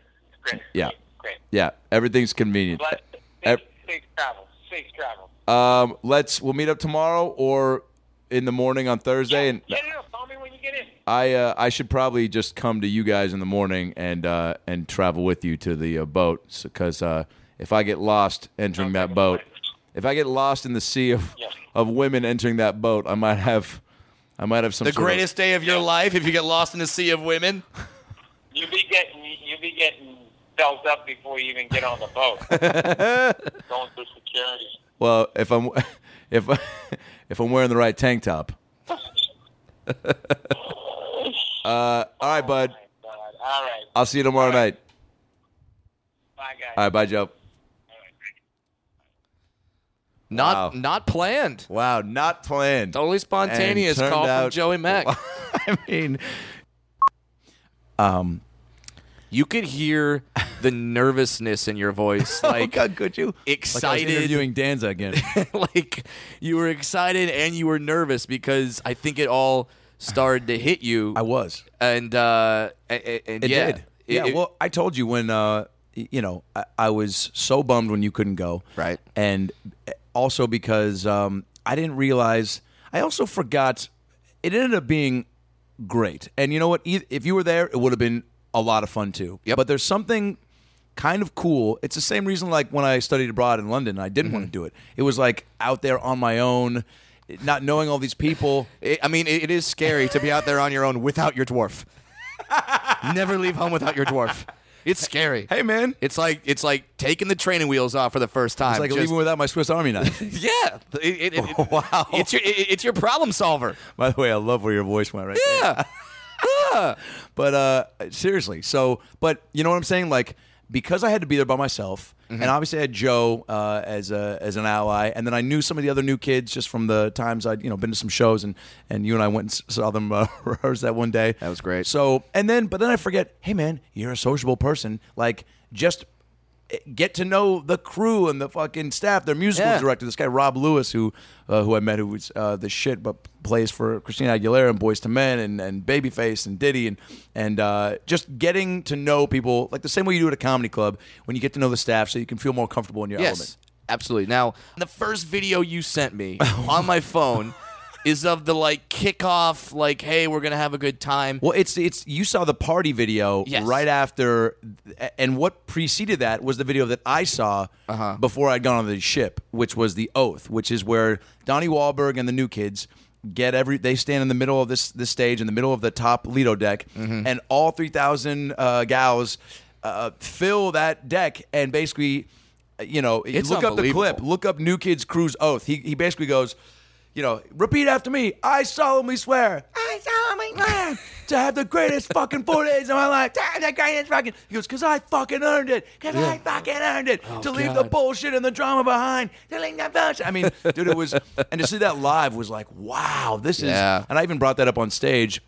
S4: great.
S1: Yeah.
S4: great.
S1: Yeah, everything's convenient.
S4: But
S1: Eh,
S4: safe, safe travel, safe travel.
S1: Um, let's we'll meet up tomorrow or in the morning on Thursday, and
S4: yeah, no, no, call me when you get in.
S1: I uh, I should probably just come to you guys in the morning and uh, and travel with you to the uh, boat because uh, if I get lost entering
S4: Okay,
S1: that boat,
S4: fine.
S1: if I get lost in the sea of
S4: Yeah.
S1: of women entering that boat, I might have I might have some
S2: The
S1: sort of-
S2: greatest day of your life if you get lost in a sea of women.
S4: You be getting you be getting felt up before you even get on the boat. Going through security.
S1: well, if I'm if I- if I'm wearing the right tank top. uh, all right, bud.
S4: All right.
S1: I'll see you tomorrow night.
S4: Bye, guys.
S1: All right, bye, Joe.
S4: All right.
S2: Not
S1: Wow.
S2: not planned.
S1: Wow, not planned.
S2: Totally spontaneous
S1: And
S2: call
S1: turned
S2: from
S1: out-
S2: Joey Mack.
S1: I mean,
S2: You could hear the nervousness in your voice,
S1: like,
S2: like
S1: could you? Like I was
S2: excited,
S1: interviewing Danza again.
S2: like you were excited and you were nervous because I think it all started to hit you.
S1: I was.
S2: and uh, a- a- and
S1: It
S2: yeah,
S1: did. yeah.
S2: It-
S1: well, I told you when uh, y- you know I, I was so bummed when you couldn't go.
S2: Right.
S1: And eh, also because um, I didn't realize. I also forgot. It ended up being great. And you know what? E- If you were there, it would have been a lot of fun too.
S2: Yep.
S1: But there's something kind of cool. It's the same reason like when I studied abroad in London, I didn't
S2: Mm-hmm.
S1: want to do it. It was like out there on my own, not knowing all these people.
S2: it- I mean, it, it is scary to be out there on your own without your dwarf. Never leave home without your dwarf. It's scary.
S1: Hey man,
S2: It's like it's like taking the training wheels off for the first time.
S1: it's like
S2: Just-
S1: leaving without my Swiss Army knife.
S2: yeah. It- it- it- it-
S1: Wow.
S2: It's your it- it's your problem solver.
S1: By the way, I love where your voice went right there.
S2: Yeah.
S1: But uh, seriously, so but you know what I'm saying? Like because I had to be there by myself,
S2: Mm-hmm.
S1: and obviously I had Joe uh, as a as an ally, and then I knew some of the other new kids just from the times I'd you know been to some shows, and and you and I went and s- saw them uh, rehearse that one day. That
S2: was great.
S1: So and then but then I forget. Hey man, you're a sociable person. Like just get to know the crew and the fucking staff. Their musical
S2: Yeah.
S1: director, this guy Rob Lewis, who uh, who I met, who was uh, the shit, but plays for Christina Aguilera and Boys to Men and, and Babyface and Diddy and and uh, just getting to know people like the same way you do at a comedy club when you get to know the staff, so you can feel more comfortable in your
S2: Yes.
S1: element.
S2: Absolutely. Now, the first video you sent me on my phone is of the like kickoff, like, hey, we're gonna have a good time.
S1: Well, it's it's you saw the party video
S2: Yes.
S1: right after, and what preceded that was the video that I saw
S2: Uh-huh.
S1: before I'd gone on the ship, which was the oath, which is where Donnie Wahlberg and the new kids get every they stand in the middle of this this stage in the middle of the top Lido deck,
S2: Mm-hmm.
S1: and all three thousand uh, gals uh, fill that deck and basically, uh, you know,
S2: It's
S1: look up the clip,
S2: unbelievable.
S1: look up New Kids Crew's oath. He, he basically goes, you know, repeat after me. I solemnly swear. I solemnly swear to have the greatest fucking four days of my life. To have the greatest fucking. He goes, cause I fucking earned it. Cause I fucking earned it. to leave the
S2: Oh, God.
S1: bullshit and the drama behind. To leave the bullshit. I mean, dude, it was. And to see that live was like, wow, this is.
S2: Yeah.
S1: And I even brought that up on stage.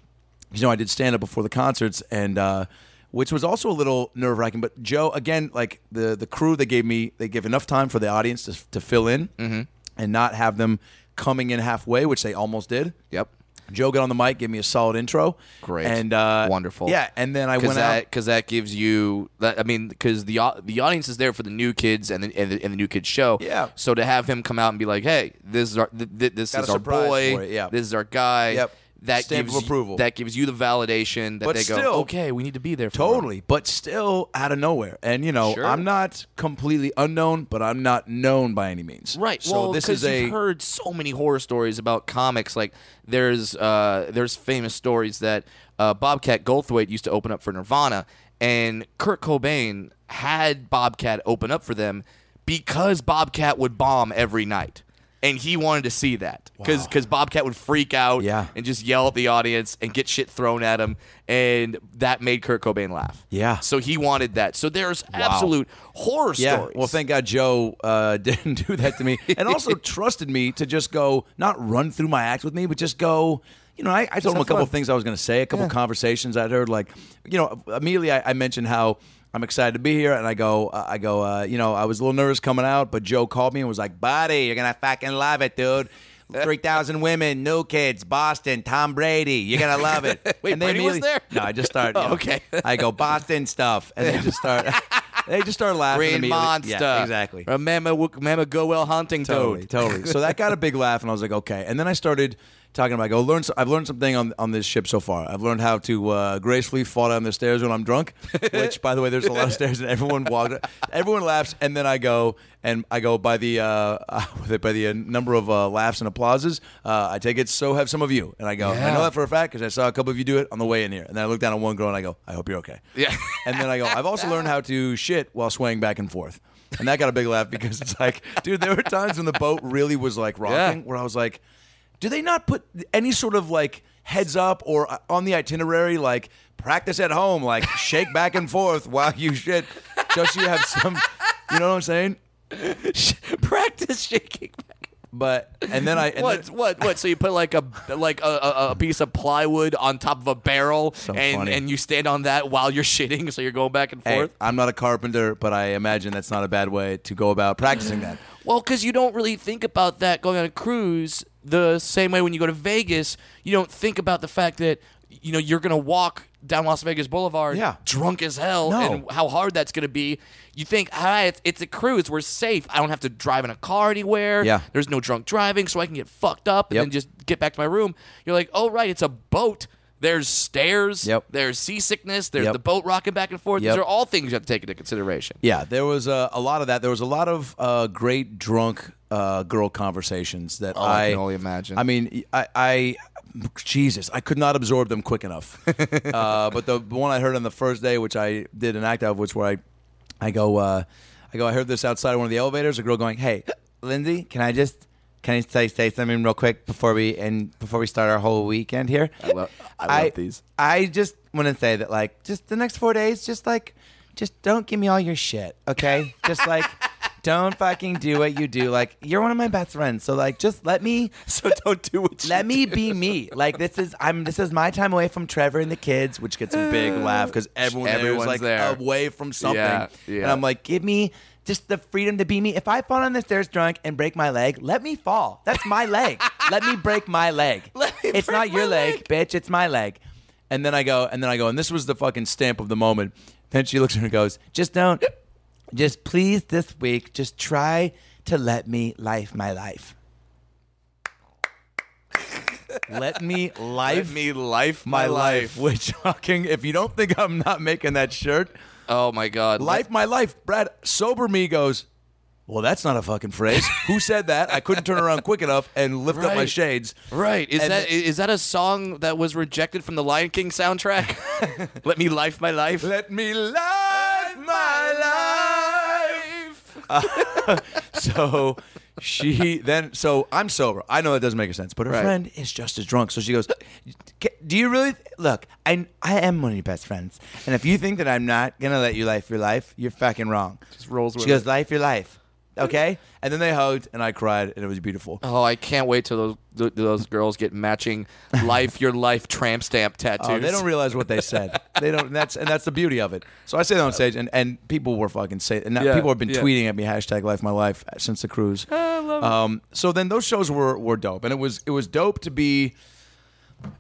S1: You know, I did stand up before the concerts, and uh, which was also a little nerve wracking. But Joe, again, like the the crew, they gave me they gave enough time for the audience to to fill in
S2: Mm-hmm.
S1: and not have them coming in halfway, which they almost did.
S2: Yep.
S1: Joe got on the mic, gave me a solid intro.
S2: Great.
S1: and uh,
S2: Wonderful.
S1: Yeah, and then I
S2: Because
S1: went
S2: that
S1: out.
S2: because that gives you that I mean because the au- the audience is there for the new kids and the, and the, and the new kids show.
S1: Yeah.
S2: So to have him come out and be like, hey, this is our th- th- this
S1: Got
S2: is
S1: a
S2: our
S1: surprise
S2: boy.
S1: for it, yeah.
S2: This is our guy.
S1: Yep.
S2: That
S1: Stamp
S2: gives
S1: of
S2: you-
S1: approval.
S2: that gives you the validation that
S1: But
S2: they go,
S1: still-
S2: okay, we need to be there. For him."
S1: Totally, but still out of nowhere. And you know,
S2: Sure.
S1: I'm not completely unknown, but I'm not known by any means.
S2: Right.
S1: So
S2: well,
S1: this is
S2: 'cause
S1: a
S2: you've heard so many horror stories about comics. Like there's uh, there's famous stories that uh, Bobcat Goldthwait used to open up for Nirvana, and Kurt Cobain had Bobcat open up for them because Bobcat would bomb every night. And he wanted to see that because Bobcat would freak out
S1: Yeah.
S2: and just yell at the audience and get shit thrown at him, and that made Kurt Cobain laugh.
S1: Yeah.
S2: so he wanted that. So there's absolute horror
S1: yeah.
S2: stories.
S1: Well, thank God Joe uh, didn't do that to me, and also trusted me to just go not run through my act with me, but just go. You know, I, I told him a
S2: have
S1: couple
S2: fun.
S1: things I was going to say, a couple conversations I'd heard. Like, you know, immediately I, I mentioned how I'm excited to be here, and I go, uh, I go, uh, you know, I was a little nervous coming out, but Joe called me and was like, "Buddy, you're gonna fucking love it, dude." Three thousand women, new kids, Boston, Tom Brady. You're gonna love it.
S2: Wait,
S1: and they
S2: Brady was
S1: immediately-
S2: there? Oh,
S1: No, I just started. you know,
S2: okay.
S1: I go Boston stuff, and they just start. They just start laughing. at
S2: Green
S1: me.
S2: Monster.
S1: Yeah, exactly.
S2: Remember, remember Goel Hunting
S1: Totally,
S2: Toad.
S1: totally. So that got a big laugh, and I was like, okay. And then I started talking about, I go, learn. so- I've learned something on, on this ship so far. I've learned how to uh, gracefully fall down the stairs when I'm drunk, which, by the way, there's a lot of stairs, and everyone walks, everyone laughs, and then I go, and I go by the uh, by the uh, number of uh, laughs and applauses. Uh, I take it. So have some of you, and I go, I know that for a fact because I saw a couple of you do it on the way in here, and then I look down at one girl and I go, I hope you're okay.
S2: Yeah.
S1: And then I go, I've also learned how to shit while swaying back and forth. And that got a big laugh because it's like, dude, there were times when the boat really was like rocking
S2: Yeah.
S1: where I was like, do they not put any sort of like heads up or uh, on the itinerary, like practice at home, like shake back and forth while you shit, just so you have some. You know what I'm saying?
S2: Practice shaking.
S1: But and then I and
S2: What?
S1: then-
S2: What? What? So you put like a like a, a, a piece of plywood on top of a barrel, and
S1: funny.
S2: and you stand on that while you're shitting, so you're going back and
S1: Hey,
S2: forth.
S1: I'm not a carpenter, but I imagine that's not a bad way to go about practicing that.
S2: Well, because you don't really think about that going on a cruise the same way when you go to Vegas. You don't think about the fact that you know you're gonna walk down Las Vegas Boulevard,
S1: Yeah.
S2: drunk as hell,
S1: No.
S2: and how hard that's gonna be. You think, all right, it's, it's a cruise, we're safe. I don't have to drive in a car anywhere.
S1: Yeah.
S2: there's no drunk driving, so I can get fucked up and
S1: Yep.
S2: then just get back to my room. You're like, oh right, it's a boat. There's stairs.
S1: Yep.
S2: There's seasickness. There's
S1: Yep.
S2: the boat rocking back and forth.
S1: Yep.
S2: These are all things you have to take into consideration.
S1: Yeah, there was a, a lot of that. There was a lot of uh, great drunk uh, girl conversations that I,
S2: Oh, I can only imagine.
S1: I mean, I, I Jesus, I could not absorb them quick enough. uh, but the one I heard on the first day, which I did an act of, which where I, I go, uh, I go, I heard this outside one of the elevators. A girl going, "Hey, Lindsay, can I just?" Can I say, say something real quick before we and before we start our whole weekend here? I
S2: love- I love these.
S1: I just want to say that, like, just the next four days, just like, just don't give me all your shit, okay? just like, don't fucking do what you do. Like, you're one of my best friends, so like, just let me,
S2: So don't do what you
S1: let me be me. Like, this is I'm this is my time away from Trevor and the kids, which gets a big laugh because everyone there is,
S2: Everyone's
S1: like
S2: there.
S1: away from something,
S2: Yeah, yeah.
S1: and I'm like, give me. Just the freedom to be me. If I fall on the stairs drunk and break my leg, let me fall. That's my leg. let me break my leg. it's not your leg, bitch. It's my leg. And then I go, and then I go, and this was the fucking stamp of the moment. Then she looks at her and goes, just don't, just please this week, just try to let me life my life. let me life
S2: me life
S1: my life. Which fucking, if you don't think I'm not making that shirt,
S2: Oh my god.
S1: life my life, Brad, sober me goes, well, that's not a fucking phrase. Who said that? I couldn't turn around quick enough and lift up my
S2: Right.
S1: shades.
S2: Right. Is
S1: And
S2: that is
S1: the-
S2: that a song that was rejected from the Lion King soundtrack? Let me life my life.
S1: Let me live my life. so she then, so I'm sober. I know that doesn't make a sense, but her
S2: Right.
S1: friend is just as drunk. So she goes, Do you really? Look, I, I am one of your best friends. And if you think that I'm not going to let you life your life, you're fucking wrong. Just
S5: rolls with
S1: She goes,
S5: it.
S1: Life your life. Okay? And then they hugged and I cried and it was beautiful.
S2: Oh, I can't wait till those th- those girls get matching life your life tramp stamp tattoos.
S1: Oh, they don't realize what they said. they don't. And that's and that's the beauty of it. So I say that on stage, and, and people were fucking say, and now
S2: Yeah,
S1: people have been
S2: yeah.
S1: tweeting at me hashtag Life My Life since the cruise. um, So then those shows were were dope, and it was it was dope to be.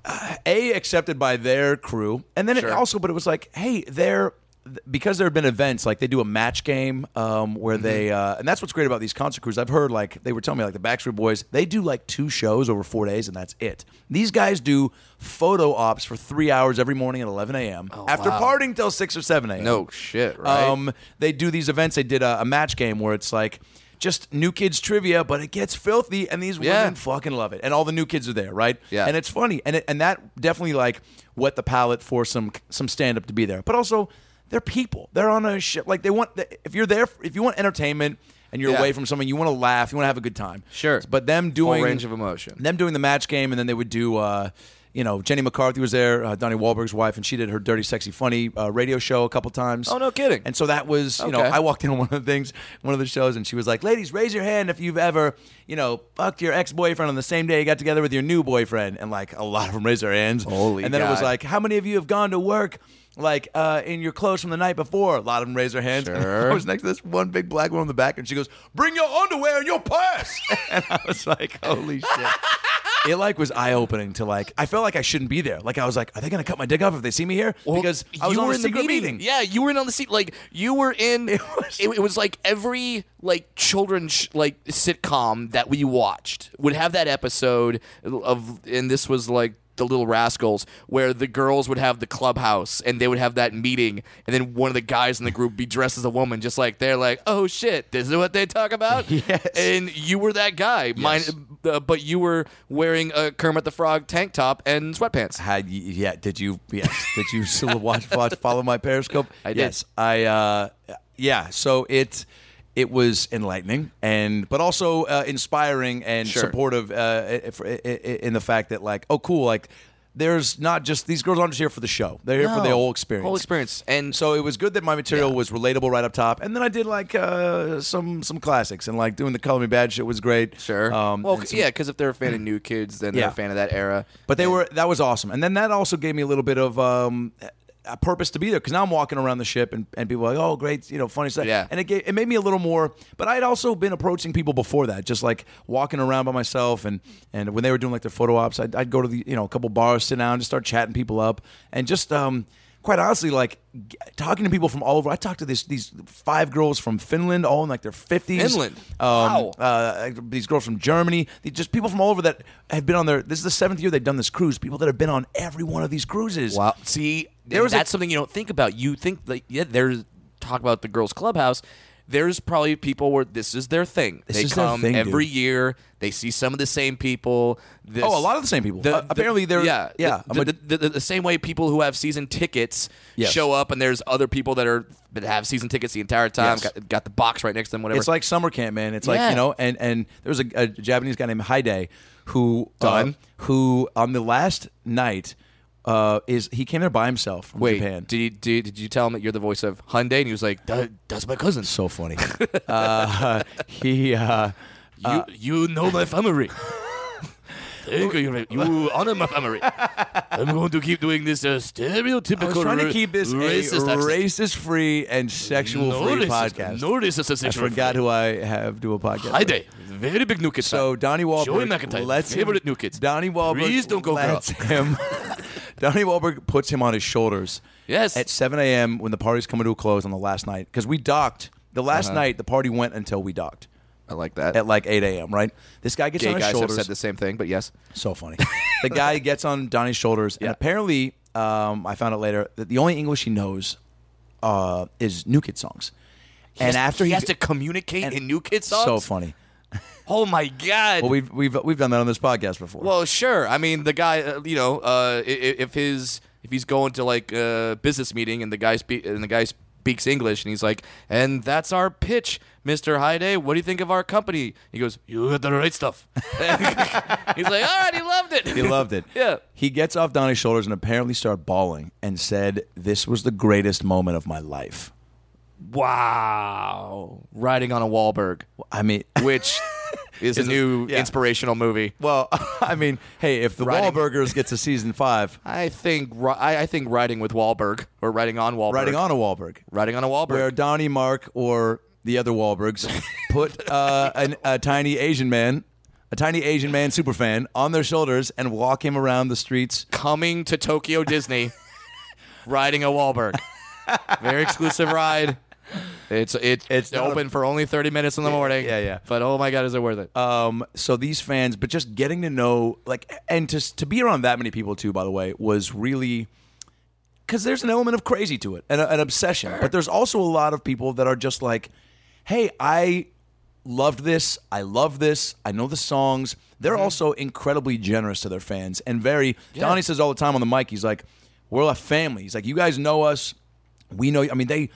S1: uh, A accepted by their crew, and then it also, but it was like, hey, they're th- because there have been events like they do a match game um, where they,
S2: Mm-hmm.
S1: uh, and that's what's great about these concert crews. I've heard like they were telling me like the Backstreet Boys, they do like two shows over four days, and that's it. These guys do photo ops for three hours every morning at 11 a.m. after partying till six or seven a.m.
S2: Oh, No shit, right?
S1: Um, they do these events. They did a, a match game where it's like just new kids trivia, but it gets filthy, and these
S2: Yeah.
S1: women fucking love it, and all the new kids are there, right?
S2: Yeah.
S1: and it's funny, and it, and that definitely like wet the palate for some some stand up to be there, but also they're people. They're on a ship. Like they want if you're there, if you want entertainment. And you're
S2: Yeah.
S1: away from something. You want to laugh. You want to have a good time.
S2: Sure.
S1: But them
S2: Full
S1: doing
S2: range of emotion.
S1: them doing the match game, and then they would do, uh, you know, Jenny McCarthy was there, uh, Donnie Wahlberg's wife, and she did her Dirty, Sexy, Funny uh, radio show a couple times.
S2: Oh, no kidding.
S1: And so that was, you know,
S2: Okay.
S1: I walked in on one of the things, one of the shows, and she was like, "Ladies, raise your hand if you've ever, you know, fucked your ex boyfriend on the same day you got together with your new boyfriend," and like a lot of them raised their hands.
S2: Holy
S1: And then it was
S2: God.
S1: like, "How many of you have gone to work?" Like uh, in your clothes from the night before, a lot of them raised their hands. And
S2: Sure.
S1: I was next to this one big black woman in the back, and she goes, "Bring your underwear and your purse." and I was like, "Holy shit!" it like was eye opening to like I felt like I shouldn't be there. Like I was like, are they gonna cut my dick off if they see me here? because I was
S2: you
S1: on
S2: were
S1: a
S2: in the
S1: secret
S2: meeting. Yeah, you were in on the seat. Like you were in. It
S1: was-
S2: was, it, was like every like children's sh- like sitcom that we watched would have that episode of, and this was like the Little Rascals, where the girls would have the clubhouse and they would have that meeting, and then one of the guys in the group be dressed as a woman, just like they're like, oh shit, this is what they talk about.
S1: Yes.
S2: and you were that guy. Mine, uh, but you were wearing a Kermit the Frog tank top and sweatpants.
S1: Had you, yeah? Did you yes? Did you still watch, watch follow my Periscope?
S2: I did.
S1: Yes, I uh, yeah. So it it was enlightening and but also uh, inspiring and
S2: Sure.
S1: supportive uh, i- i- i- in the fact that like oh cool like there's not just these girls aren't just here for the show; they're here for the
S2: No.
S1: whole experience.
S2: Whole experience. And
S1: So it was good that my material was relatable right up top, and then I did like uh, some some classics, and like doing the Color Me Bad shit was great.
S2: sure.
S1: Um,
S2: well,
S1: and some-
S2: yeah, because if they're a fan of New Kids, then
S1: Yeah.
S2: they're a fan of that era.
S1: But they
S2: And-
S1: were that was awesome, and then that also gave me a little bit of um, a purpose to be there because now I'm walking around the ship and, and people are like, oh great, you know, funny stuff.
S2: Yeah.
S1: and it gave, it made me a little more. But I had also been approaching people before that, just like walking around by myself, and and when they were doing like their photo ops, I'd, I'd go to the you know a couple bars, sit down, just start chatting people up, and just um. Quite honestly, like g- talking to people from all over. I talked to this, these five girls from Finland, all in like their fifties.
S2: Finland?
S1: um,
S2: Wow.
S1: uh, these girls from Germany, they- just people from all over that have been on their. This is the seventh year they've done this cruise. People that have been on every one of these cruises.
S2: Wow. See,
S1: There was
S2: that's
S1: a-
S2: something you don't think about. You think like yeah, there's talk about the girls' clubhouse. There's probably people where this is their thing.
S1: This
S2: they
S1: is their
S2: come
S1: thing,
S2: every
S1: dude.
S2: year. They see some of the same people. This-
S1: Oh, a lot of the same people. Uh, apparently they're-
S2: yeah
S1: yeah,
S2: the,
S1: I'm a-
S2: the, the- the- the same way people who have season tickets
S1: Yes.
S2: show up, and there's other people that are that have season tickets the entire time.
S1: Yes.
S2: Got, got the box right next to them. Whatever.
S1: It's like summer camp, man. It's like
S2: Yeah.
S1: you know, and and there was a, a Japanese guy named Haide who uh,
S2: Done.
S1: who on the last night uh, is he came there by himself from
S2: wait,
S1: Japan.
S2: did you did, did you tell him that you're the voice of Hyundai? And he was like, "That- that's my cousin.
S1: so funny. uh, he uh,
S2: You you know my family. Thank you. You honor my family. I'm going to keep doing this uh, stereotypical.
S1: I was trying to keep this a
S2: racist accent.
S1: racist free and sexual
S2: no
S1: free
S2: racist,
S1: podcast.
S2: No racist
S1: I
S2: accent.
S1: forgot who I have do a podcast.
S2: Hi
S1: with.
S2: day. Very big new kid.
S1: So Donnie Wahlberg,
S2: Joey McIntyre,
S1: lets
S2: favorite
S1: him,
S2: new kids.
S1: Donnie Wahlberg,
S2: Please don't go
S1: lets him. Donnie Wahlberg puts him on his shoulders.
S2: Yes.
S1: At 7 a.m. when the party's coming to a close on the last night, because we docked. The last
S2: Uh-huh.
S1: night the party went until we docked
S2: I like that.
S1: at like 8 a.m. Right? This guy gets
S2: Gay
S1: on his
S2: guys have
S1: shoulders.
S2: said the same thing, but yes.
S1: So funny. the guy gets on Donnie's shoulders, and apparently, um, I found out later that the only English he knows uh, is New Kid songs. and after
S2: he,
S1: he,
S2: has to communicate
S1: and-
S2: in new kid songs.
S1: so funny.
S2: Oh my god.
S1: Well, we've we've we've done that on this podcast before.
S2: Well, sure. I mean, the guy, uh, you know, uh, i- i- if his if he's going to like a business meeting and the guy spe- and the guy speaks English and he's like, and that's our pitch, Mister Hyde. What do you think of our company? He goes, you got the right stuff. he's like, all right, he loved it.
S1: He loved it.
S2: Yeah.
S1: He gets off Donnie's shoulders and apparently started bawling and said, This was the greatest moment of my life.
S2: Wow, riding on a Wahlberg,
S1: I mean,
S2: which is a
S1: Is a-
S2: new
S1: yeah.
S2: inspirational movie.
S1: well, I mean, hey, if the
S2: Riding-
S1: Wahlburgers gets a season five,
S2: I think ri- I, I think riding with Wahlberg or riding on Wahlberg,
S1: riding on a Wahlberg,
S2: riding on a Wahlberg.
S1: where Donnie, Mark, or the other Wahlbergs put uh, an, a tiny Asian man, a tiny Asian man superfan on their shoulders and walk him around the streets.
S2: coming to Tokyo Disney, riding a Wahlberg. Very exclusive ride. It's it,
S1: It's
S2: it's
S1: not
S2: open for only thirty minutes in the morning.
S1: yeah, yeah.
S2: But oh my god, is it worth it?
S1: Um, so these fans, but just getting to know, like, and to to be around that many people too, by the way, was really because there's an element of crazy to it, and a- an obsession. But there's also a lot of people that are just like, "Hey, I loved this. I love this. I know the songs."
S2: Mm-hmm.
S1: They're also incredibly generous to their fans and very. Donnie says all the time on the mic, he's like, "We're a family." He's like, "You guys know us. We know." you." I mean, they.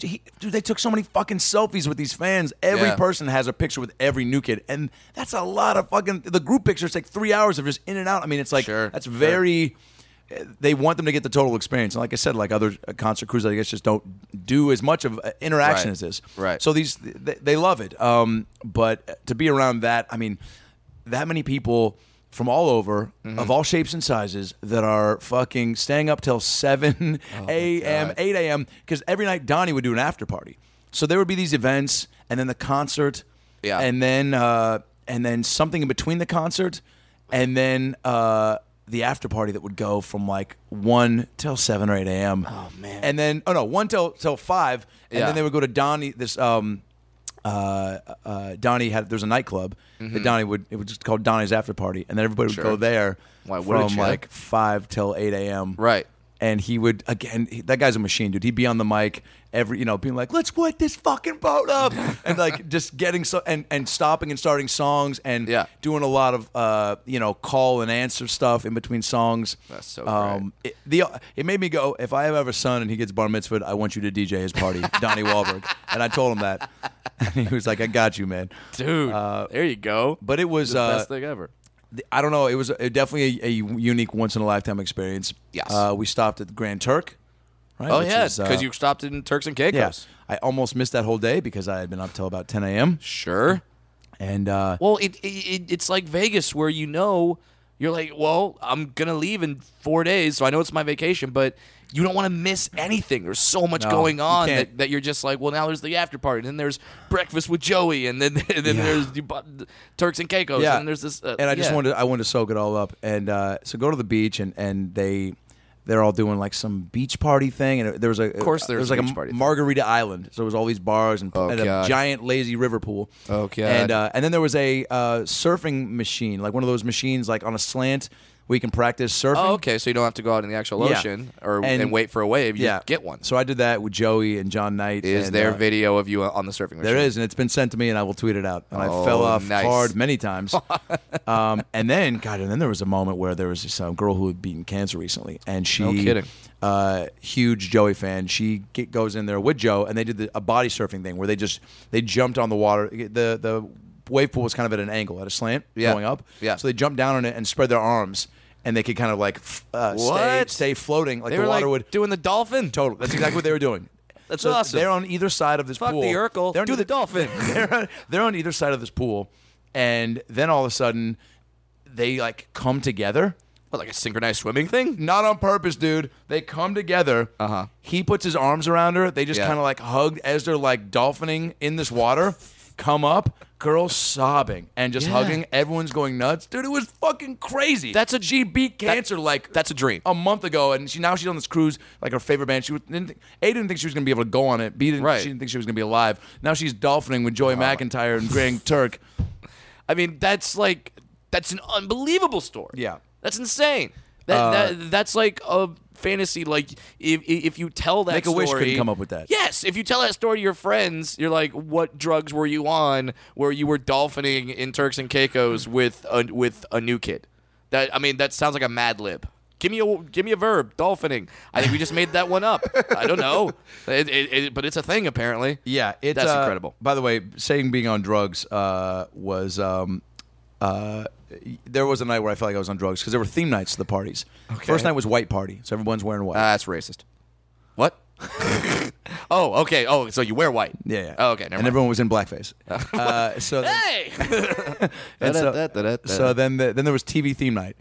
S1: He, dude, they took so many fucking selfies with these fans. Every
S2: Yeah.
S1: person has a picture with every new kid, and that's a lot of fucking. The group pictures take three hours of just in and out. I mean, it's like
S2: Sure,
S1: that's
S2: sure.
S1: very they want them to get the total experience. And like I said, like other uh, concert crews, I guess just don't do as much of uh, interaction
S2: Right.
S1: as this.
S2: Right.
S1: So these they, they love it. Um, but to be around that, I mean, that many people from all over, of all shapes and sizes, that are fucking staying up till seven a.m., eight a.m. Because every night Donnie would do an after party. So there would be these events, and then the concert,
S2: Yeah.
S1: and then uh, and then something in between the concert, and then uh, the after party that would go from like one till seven or eight a.m. Oh man! And then oh no, one till till five, and
S2: Yeah.
S1: then they would go to Donnie. This um, uh, uh, Donnie had there's a nightclub
S2: Mm-hmm.
S1: that Donnie would it was just called Donnie's after party, and then everybody would go there
S2: Why, what a
S1: from
S2: chick.
S1: like five till eight a.m.
S2: Right.
S1: And he would again. He, that guy's a machine, dude. He'd be on the mic every, you know, being like, "Let's wet this fucking boat up," and like just getting so and and stopping and starting songs and
S2: Yeah.
S1: doing a lot of uh, you know call and answer stuff in between songs.
S2: That's so
S1: Um, it, the it made me go. If I have ever son and he gets bar mitzvahed, I want you to DJ his party, Donnie Wahlberg. And I told him that, and he was like, "I got you, man."
S2: Dude, there you go.
S1: uh, But it was
S2: the
S1: uh,
S2: best thing ever.
S1: th- I don't know. It was it definitely a, a unique once in a lifetime experience.
S3: Yes.
S1: Uh, we stopped at Grand Turk. Right.
S2: Oh
S1: which
S2: yeah,
S1: is, uh,
S2: because you stopped in Turks and Caicos.
S1: Yeah. I almost missed that whole day because I had been up till about 10 a.m.
S2: Sure.
S1: And uh,
S2: Well, it, it, it it's like Vegas where you know you're like, well, I'm gonna leave in four days, so I know it's my vacation, but you don't want to miss anything. There's so much
S1: No,
S2: going
S1: you
S2: on
S1: can't.
S2: that, that you're just like, well, now there's the after party, and then there's breakfast with Joey, and then and then there's the, bu- Turks and Caicos, and then there's this. Uh,
S1: and I just
S2: yeah.
S1: wanted I wanted to soak it all up. And uh, so go to the beach and and they they're all doing like some beach party thing. And it- there was a of
S2: course
S1: there
S2: there's
S1: was
S2: a
S1: like
S2: beach
S1: a
S2: party thing.
S1: Margarita Island. So it was all these bars and,
S2: Oh,
S1: and a
S2: God.
S1: giant lazy river pool.
S2: Oh, God.
S1: And uh, and then there was a uh, surfing machine, like one of those machines like on a slant where you can practice surfing.
S2: Oh, okay. So you don't have to go out in the actual
S1: Yeah.
S2: ocean or and,
S1: And-
S2: wait for a wave. You
S1: yeah,
S2: get one. So
S1: So I did that with Joey and John Knight.
S2: is
S1: and,
S2: there
S1: uh,
S2: video of you on the surfing machine?
S1: There is, and it's been sent to me, and I will tweet it out. And
S2: Oh,
S1: I fell off
S2: nice.
S1: hard many times. um, and then, God, and then there was a moment where there was some girl who had beaten cancer recently, and she,
S2: No kidding.
S1: uh, huge Joey fan. She get, goes in there with Joe, and they did the, a body surfing thing where they just they jumped on the water. The the wave pool was kind of at an angle, at a slant,
S2: Yeah.
S1: going up.
S2: Yeah.
S1: So they jumped down on it and spread their arms. And they could kind of like f- uh, stay,
S2: What?
S1: stay floating, like
S2: They
S1: the
S2: were
S1: water
S2: like
S1: would
S2: doing the dolphin.
S1: Total. That's exactly what they were doing.
S2: That's
S1: So
S2: awesome.
S1: They're on either side of this
S2: Fuck
S1: pool.
S2: the Urkel.
S1: They're on
S2: Do
S1: either-
S2: the dolphin.
S1: they're, on, they're on either side of this pool, and then all of a sudden, they like come together.
S2: What, like a synchronized swimming thing?
S1: Not on purpose, dude. They come together. Uh
S2: Uh-huh.
S1: He puts his arms around her. They just
S2: Yeah.
S1: kind of like hugged as they're like dolphining in this water. Come up, girl sobbing and just
S2: Yeah.
S1: hugging. Everyone's going nuts, dude. It was fucking crazy.
S2: That's a-
S1: she beat cancer like
S2: That's a dream.
S1: a month ago, and she now she's on this cruise, like her favorite band. She was- didn't think, A didn't think she was going to be able to go on it. B didn't
S2: Right.
S1: she didn't think she was going to be alive. Now she's dolphining with Joey McIntyre and Grand Turk.
S2: I mean, that's like that's an unbelievable story.
S1: Yeah. Uh,
S2: that's insane. That, that that's like a fantasy. Like if if you tell that
S1: Make-A-Wish
S2: story,
S1: couldn't come up with that.
S2: Yes, if you tell that story to your friends, you're like, what drugs were you on where you were dolphining in Turks and Caicos with a, with a new kid? That I mean, that sounds like a Mad Lib. Give me a give me a verb, dolphining. I think we just made that one up. I don't know, it, it, it, but it's a thing apparently.
S1: Yeah, it's
S2: That's
S1: uh,
S2: incredible.
S1: By the way, saying being on drugs uh, was um, uh, there was a night where I felt like I was on drugs because there were theme nights to the parties. First night was white party, so everyone's wearing white.
S2: Ah, that's racist. What? oh, okay. Oh, so you wear white?
S1: yeah, yeah.
S2: Oh, okay.
S1: and
S2: Never mind.
S1: everyone was in blackface. uh, so
S2: Hey!
S1: And so,
S2: Da-da-da-da-da.
S1: so then, the, then there was TV theme night,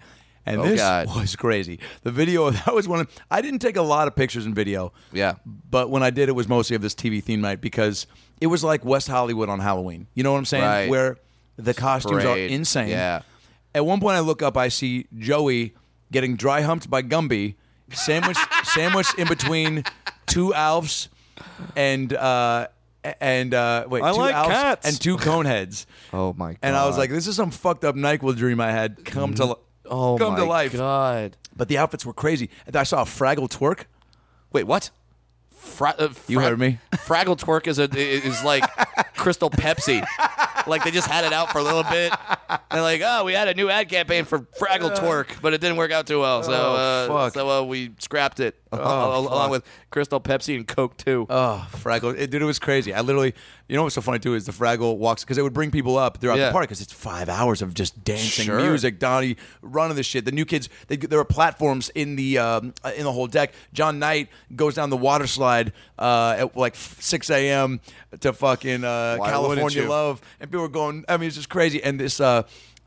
S1: and
S2: Oh,
S1: this
S2: God.
S1: was crazy. The video that was one. Of, I didn't take a lot of pictures in video.
S2: Yeah.
S1: but when I did, it was mostly of this TV theme night because it was like West Hollywood on Halloween. You know what I'm saying?
S2: Right.
S1: Where the costumes are
S2: Parade.
S1: insane.
S2: Yeah.
S1: At one point, I look up, I see Joey getting dry humped by Gumby, sandwich sandwiched in between two Alfs and. uh and uh, wait,
S2: I
S1: two
S2: like
S1: Alfs
S2: cats.
S1: and two cone heads.
S2: Oh, my
S1: And I was
S2: God.
S1: like, this is some fucked up Nyquil dream I had come to li-
S2: oh
S1: come
S2: my
S1: to life.
S2: God.
S1: But the outfits were crazy. And I saw a Fraggle twerk.
S2: Wait, what? Fra- uh,
S1: You
S2: frag-
S1: heard me.
S2: Fraggle Twerk is a is like Crystal Pepsi. Like they just had it out for a little bit. They're like, oh, we had a new ad campaign for Fraggle Twerk, but it didn't work out too well. So, uh,
S1: Oh, fuck.
S2: so uh, we scrapped it uh, al- along with Crystal Pepsi and Coke too.
S1: Oh, Fraggle! It, dude, it was crazy. I literally, you know what's so funny too is the Fraggle walks because it would bring people up throughout
S2: Yeah.
S1: the party because it's five hours of just dancing,
S2: Sure.
S1: music, Donnie running this shit. The new kids, they, there were platforms in the um, uh, in the whole deck. John Knight goes down the water slide uh, at like six a.m. to fucking uh,
S2: Why wouldn't
S1: California
S2: you?
S1: Love, and people were going. I mean, it's just crazy. And this. Uh,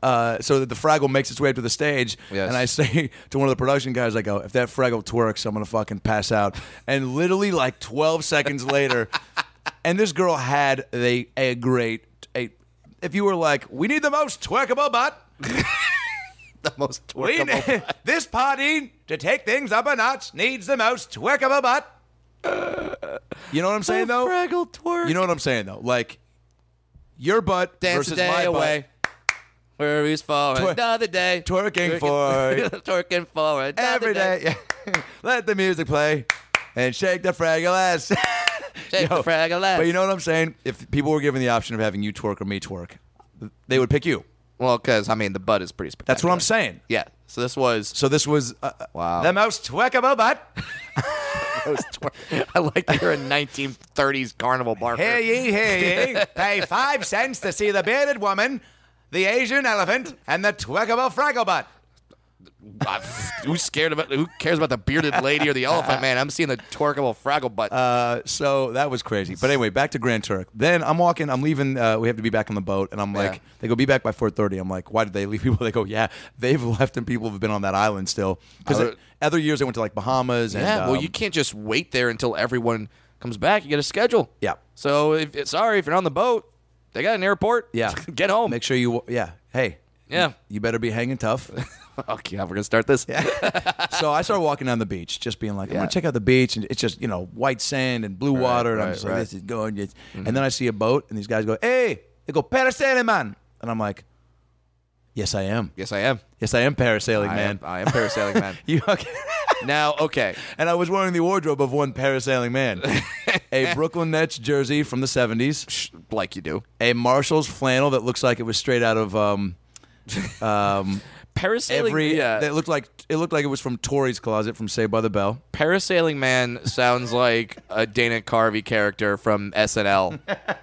S1: uh, so that the Fraggle makes its way up to the stage,
S2: Yes.
S1: and I say to one of the production guys, I go, if that Fraggle twerks, I'm gonna fucking pass out. And literally like 12 seconds later, and this girl had a, a great a, if you were like, we need the most twerkable butt.
S2: the most
S1: We need, this party to take things up a notch needs the most twerkable butt. You know what I'm saying though?
S2: Fraggle Twerk.
S1: You know what I'm saying though? Like your butt
S2: Dance
S1: versus
S2: the day
S1: my butt.
S2: away. Where he's falling.
S1: Twer-
S2: another day.
S1: twerking for-
S2: twerking for another
S1: every day. Let the music play and shake the fraggle ass.
S2: Shake the fraggle ass.
S1: But you know what I'm saying? If people were given the option of having you twerk or me twerk, they would pick you.
S2: Well, because I mean, the butt is pretty spectacular.
S1: That's what I'm saying.
S2: Yeah. So this was.
S1: So this was uh,
S2: Wow.
S1: the most twerkable butt.
S2: I like that you're a 1930s carnival barker.
S1: Hear ye, hear ye. Pay five cents to see the bearded woman. the Asian elephant, and the twackable fragglebot.
S2: I- who's scared about? Who cares about the bearded lady or the elephant man? I'm seeing the twerkable fraggle butt.
S1: Uh, so that was crazy. But anyway, back to Grand Turk. Then I'm walking. I'm leaving. Uh, we have to be back on the boat, and I'm like,
S2: Yeah.
S1: they go be back by 4:30. I'm like, why did they leave people? They go, yeah, they've left, and people have been on that island still.
S2: I
S1: Because
S2: would-
S1: other years I went to like Bahamas. And,
S2: yeah. Well,
S1: um,
S2: you can't just wait there until everyone comes back. You got a schedule.
S1: Yeah.
S2: So if sorry if you're on the boat, they got an airport.
S1: Yeah.
S2: Get home.
S1: Make sure you. Yeah. Hey.
S2: Yeah.
S1: You better be hanging tough.
S2: Okay, we're gonna start this. Yeah.
S1: so I started walking down the beach, just being like, I'm
S2: Yeah.
S1: gonna check out the beach, and it's just you know white sand and blue water, and I'm
S2: right,
S1: just like,
S2: right. Mm-hmm.
S1: this is going. It's, And then I see a boat, and these guys go, hey, they go parasailing, man, and I'm like, yes, I am.
S2: Yes, I am.
S1: Yes, I am parasailing,
S2: I
S1: man.
S2: am. uh, I am parasailing man.
S1: you okay?
S2: now, okay.
S1: and I was wearing the wardrobe of one parasailing man, a Brooklyn Nets jersey from the '70s,
S2: Sh- Like you do.
S1: a Marshalls flannel that looks like it was straight out of um, um,
S2: Parasailing.
S1: every.
S2: yeah.
S1: That looked like it looked like it was from Tori's closet from Saved by the Bell.
S2: Parasailing Man sounds like a Dana Carvey character from SNL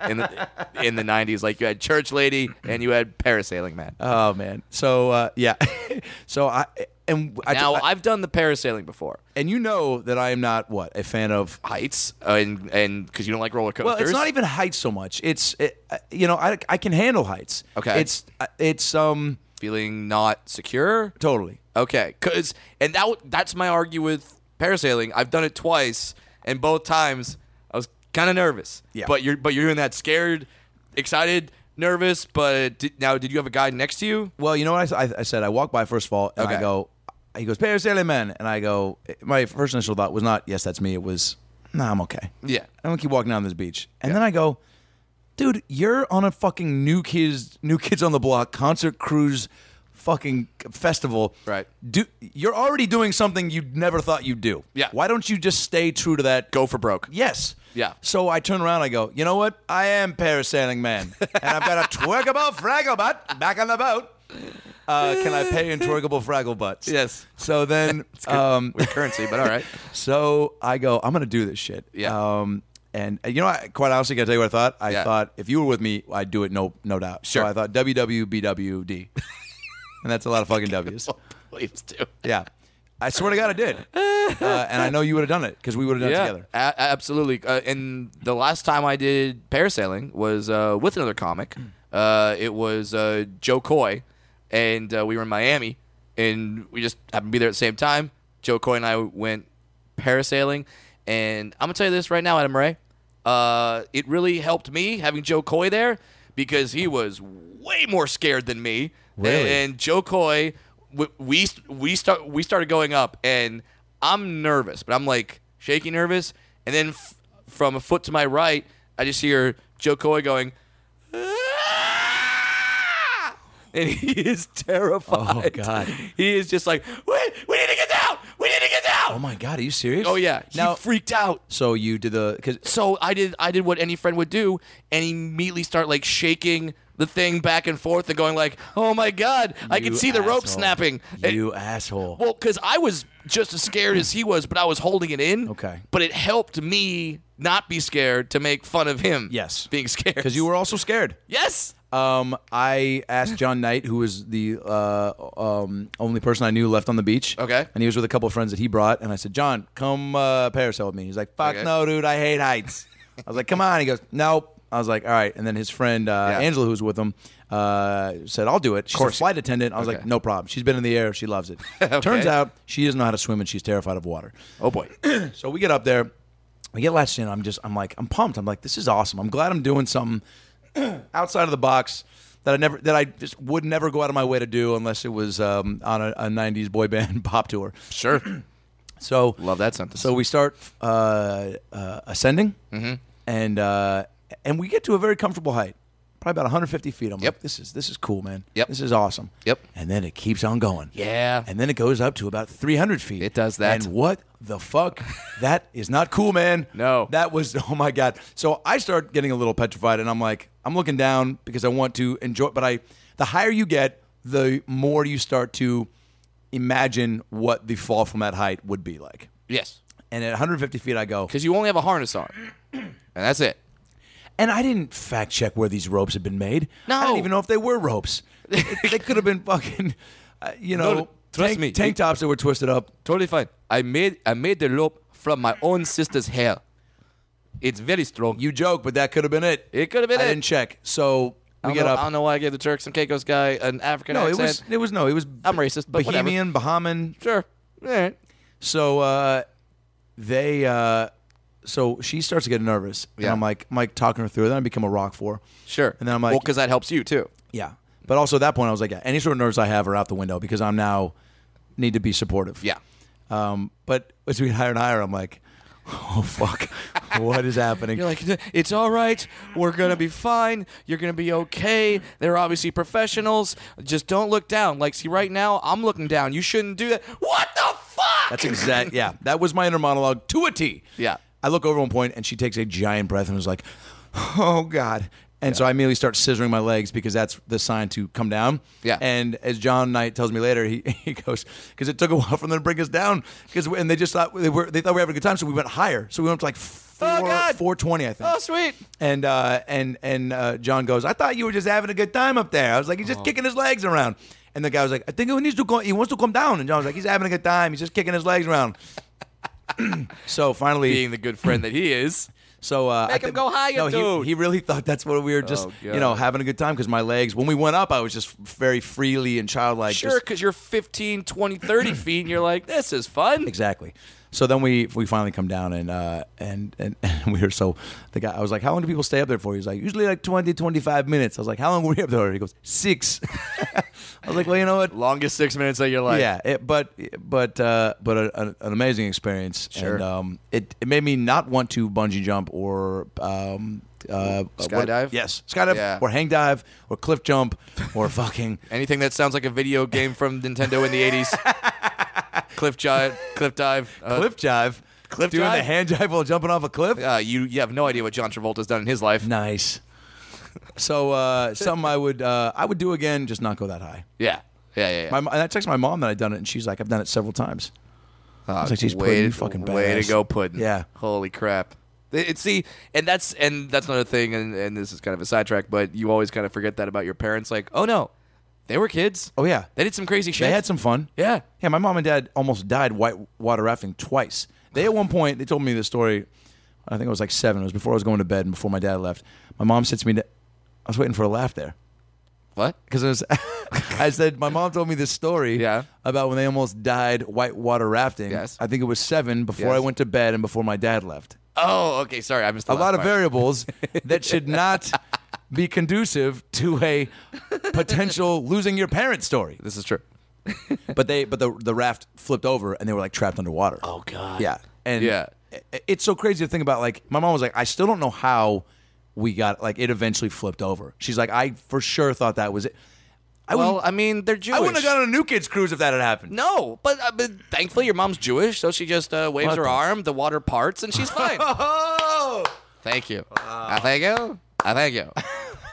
S2: in the in the '90s. Like you had Church Lady and you had Parasailing Man.
S1: Oh man. So uh, yeah. so I and I,
S2: now
S1: I-
S2: I've done the parasailing before.
S1: and you know that I am not what a fan of.
S2: Heights uh, and and because you don't like roller coasters.
S1: Well, it's not even heights so much. It's it, uh, you know I, I can handle heights.
S2: Okay.
S1: It's uh, it's um
S2: feeling not secure.
S1: totally.
S2: Okay, cause and that w- that's my argue with parasailing. I've done it twice, and both times I was kind of nervous.
S1: Yeah.
S2: But you're but you're doing that scared, excited, nervous. But did, now, did you have a guy next to you?
S1: Well, you know what I, I, I said? I walk by first of all, and I
S2: Okay.
S1: go. He goes, "Parasailing man," and I go. My first initial thought was not, "Yes, that's me." It was, "Nah, I'm okay."
S2: Yeah.
S1: I'm gonna keep walking down this beach, and then I go, "Dude, you're on a fucking new kids, new kids on the block concert cruise, fucking festival.
S2: Right.
S1: Do you're already doing something you never thought you'd do?
S2: Yeah.
S1: Why don't you just stay true to that?
S2: Go for broke.
S1: Yes.
S2: Yeah.
S1: So I turn around. I go, you know what? I am parasailing man, and I've got a twerkable fragglebot back on the boat. Uh, can I pay in twerkable fragglebutts?
S2: Yes.
S1: So then, um,
S2: Weird currency, but all right.
S1: so I go, I'm gonna do this shit.
S2: Yeah.
S1: Um, and and you know, I, quite honestly, can I tell you what I thought? I
S2: Yeah.
S1: thought if you were with me, I'd do it. No, no doubt.
S2: Sure.
S1: So I thought WWBWD, and that's a lot of fucking W's.
S2: Please do.
S1: Yeah. I swear to God, I did. Uh, and I know you would have done it because we would have done
S2: Yeah,
S1: it together.
S2: a- absolutely. Uh, and the last time I did parasailing was uh, with another comic.
S1: Hmm.
S2: Uh, it was uh, Joe Coy, and uh, we were in Miami, and we just happened to be there at the same time. Joe Coy and I went parasailing, and I'm gonna tell you this right now, Adam Ray. Uh, it really helped me having Joe Coy there because he was way more scared than me.
S1: Really?
S2: And, and Joe Coy, we we we start we started going up, and I'm nervous, but I'm like shaky nervous. And then f- from a foot to my right, I just hear Joe Coy going, "Ah!" and he is terrified.
S1: Oh, God.
S2: he is just like, "We we need to get down! We need to get down!"
S1: Oh my God, are you serious?
S2: Oh yeah, he
S1: Now,
S2: freaked out.
S1: so you did the because
S2: So I did I did what any friend would do and immediately start like shaking the thing back and forth and going like, "Oh my god, I can
S1: You
S2: see the rope
S1: asshole.
S2: snapping." And-
S1: you asshole.
S2: well, cuz I was just as scared as he was, but I was holding it in.
S1: Okay.
S2: But it helped me not be scared to make fun of him.
S1: Yes.
S2: Being scared.
S1: Because you were also scared.
S2: Yes.
S1: Um, I asked John Knight, who was the uh, um, only person I knew left on the beach.
S2: Okay.
S1: And he was with a couple of friends that he brought. And I said, John, come uh, parasail with me. He's like, fuck
S2: Okay.
S1: no, dude. I hate heights. I was like, come on. He goes, nope. I was like, all right. And then his friend, uh,
S2: Yeah.
S1: Angela, who was with him, uh, said, I'll do it. She's a
S2: course.
S1: flight attendant. I was like,
S2: Okay.
S1: no problem. She's been in the air. She loves it. Turns out she doesn't know how to swim and she's terrified of water.
S2: Oh boy.
S1: So we get up there, we get latched in. I'm just, I'm like, I'm pumped. I'm like, this is awesome. I'm glad I'm doing something outside of the box that I never, that I just would never go out of my way to do unless it was um, on a, a '90s boy band pop tour.
S2: sure.
S1: So
S2: Love that sentence.
S1: So we start uh, uh, ascending,
S2: Mm-hmm.
S1: and uh, and we get to a very comfortable height, probably about 150 feet. I'm like,
S2: Yep.
S1: this is this is cool, man.
S2: Yep.
S1: This is awesome.
S2: Yep.
S1: And then it keeps on going.
S2: yeah.
S1: And then it goes up to about 300 feet.
S2: It does that.
S1: And what the fuck? that is not cool, man.
S2: No.
S1: That was, oh my God. So I start getting a little petrified and I'm like, I'm looking down because I want to enjoy, but I, the higher you get, the more you start to imagine what the fall from that height would be like.
S2: yes.
S1: And at 150 feet, I go,
S2: Cuz you only have a harness on. And that's it.
S1: And I didn't fact check where these ropes had been made. I
S2: No.
S1: didn't even know if they were ropes. they could have been fucking, uh, you know,
S2: No, trust
S1: tank,
S2: me.
S1: tank tops that were twisted up.
S2: Totally fine. I made I made the rope from my own sister's hair. It's very strong.
S1: You joke, but that could have been it.
S2: It could have been
S1: I
S2: it.
S1: didn't check. So we
S2: I don't
S1: get
S2: know,
S1: up.
S2: I don't know why I gave the Turks and Caicos guy an African
S1: no, it
S2: accent.
S1: was it was no, it was.
S2: I'm racist, but whatever.
S1: Bohemian, Bahamian.
S2: sure. All right.
S1: So uh, they, uh, so she starts to get nervous, and
S2: Yeah.
S1: I'm like, I'm like talking her through. Then I become a rock for. her.
S2: Sure.
S1: And then I'm like,
S2: well, because that helps you too.
S1: Yeah. But also at that point, I was like, yeah, any sort of nerves I have are out the window because I'm now need to be supportive.
S2: Yeah.
S1: Um, but as we get higher and higher, I'm like, oh fuck, what is happening?
S2: You're like, it's all right. We're gonna be fine. You're gonna be okay. They're obviously professionals. Just don't look down. Like, see, right now I'm looking down. You shouldn't do that. What the fuck?
S1: That's exact. Yeah, that was my inner monologue to a T.
S2: Yeah.
S1: I look over one point and she takes a giant breath and was like, "Oh God." And so I immediately start scissoring my legs because that's the sign to come down.
S2: Yeah.
S1: And as John Knight tells me later, he, he goes because it took a while for them to bring us down because and they just thought they were they thought we were having a good time, so we went higher. So we went up to like
S2: Oh,
S1: four
S2: God.
S1: four twenty, I think.
S2: Oh, sweet.
S1: And uh, and and uh, John goes, I thought you were just having a good time up there. I was like, he's
S2: Oh.
S1: just kicking his legs around. And the guy was like, I think he needs to go. He wants to come down. And John was like, he's having a good time. He's just kicking his legs around. so finally,
S2: Being the good friend that he is.
S1: so uh,
S2: Make him go higher,
S1: no,
S2: dude.
S1: He, he really thought that's what we were just,
S2: Oh,
S1: you know,
S2: God.
S1: having a good time because my legs. When we went up, I was just very freely and childlike.
S2: Sure,
S1: just-
S2: because you're 15, 20, 30 feet, and you're like, this is fun.
S1: Exactly. So then we we finally come down and uh and and we were so the guy I was like how long do people stay up there for? He's like usually like 20 25 minutes. I was like how long were you up there? He goes 6. I was like well you know what?
S2: Longest six minutes of your life.
S1: Yeah, it, but but uh but a, a, an amazing experience
S2: Sure.
S1: and um it, it made me not want to bungee jump or um uh, what-
S2: Skydive?
S1: yes, skydive,
S2: Yeah.
S1: or hang dive, or cliff jump, or fucking
S2: Anything that sounds like a video game from Nintendo in the 80s. cliff jive, cliff dive. uh,
S1: cliff jive, cliff doing the
S2: dive?
S1: hand jive while jumping off a cliff.
S2: Uh, you, you have no idea what John Travolta's done in his life.
S1: Nice. So uh, something I would uh, I would do again, just not go that high.
S2: Yeah. Yeah, yeah, yeah.
S1: My, and I text my mom that I'd done it, and she's like, "I've done it several times." I was like, "She's
S2: Uh, way,
S1: pretty fucking badass."
S2: way to go, Puddin.
S1: Yeah.
S2: Holy crap. It, it- see, and that's and that's another thing, and, and this is kind of a sidetrack, but you always kind of forget that about your parents. Like, oh no, they were kids.
S1: Oh yeah,
S2: They did some crazy shit.
S1: they had some fun.
S2: Yeah.
S1: yeah. My mom and dad almost died white water rafting twice. They at one point they told me this story. I think I was like seven. It was before I was going to bed and before my dad left. My mom sits me. Da- I was waiting for a laugh there.
S2: What?
S1: because I was, I said my mom told me this story
S2: Yeah.
S1: about when they almost died whitewater rafting.
S2: Yes.
S1: I think it was seven before
S2: Yes.
S1: I went to bed and before my dad left.
S2: Oh, okay. Sorry, I missed the
S1: A
S2: last
S1: lot of
S2: part.
S1: variables that should not be conducive to a potential losing your parent story.
S2: This is true.
S1: But they but the the raft flipped over and they were like trapped underwater. Oh god. Yeah. And
S2: Yeah.
S1: i- it's so crazy to think about like my mom was like I still don't know how we got like it eventually flipped over. She's like I for sure thought that was it. I
S2: well,
S1: wouldn't-
S2: I mean, they're Jewish.
S1: I wouldn't have gone on a New Kids cruise if that had happened.
S2: No, but, uh, but thankfully your mom's Jewish, so she just uh, waves
S1: What
S2: her
S1: the-
S2: arm, the water parts, and she's fine. thank you. I thank you. I thank you.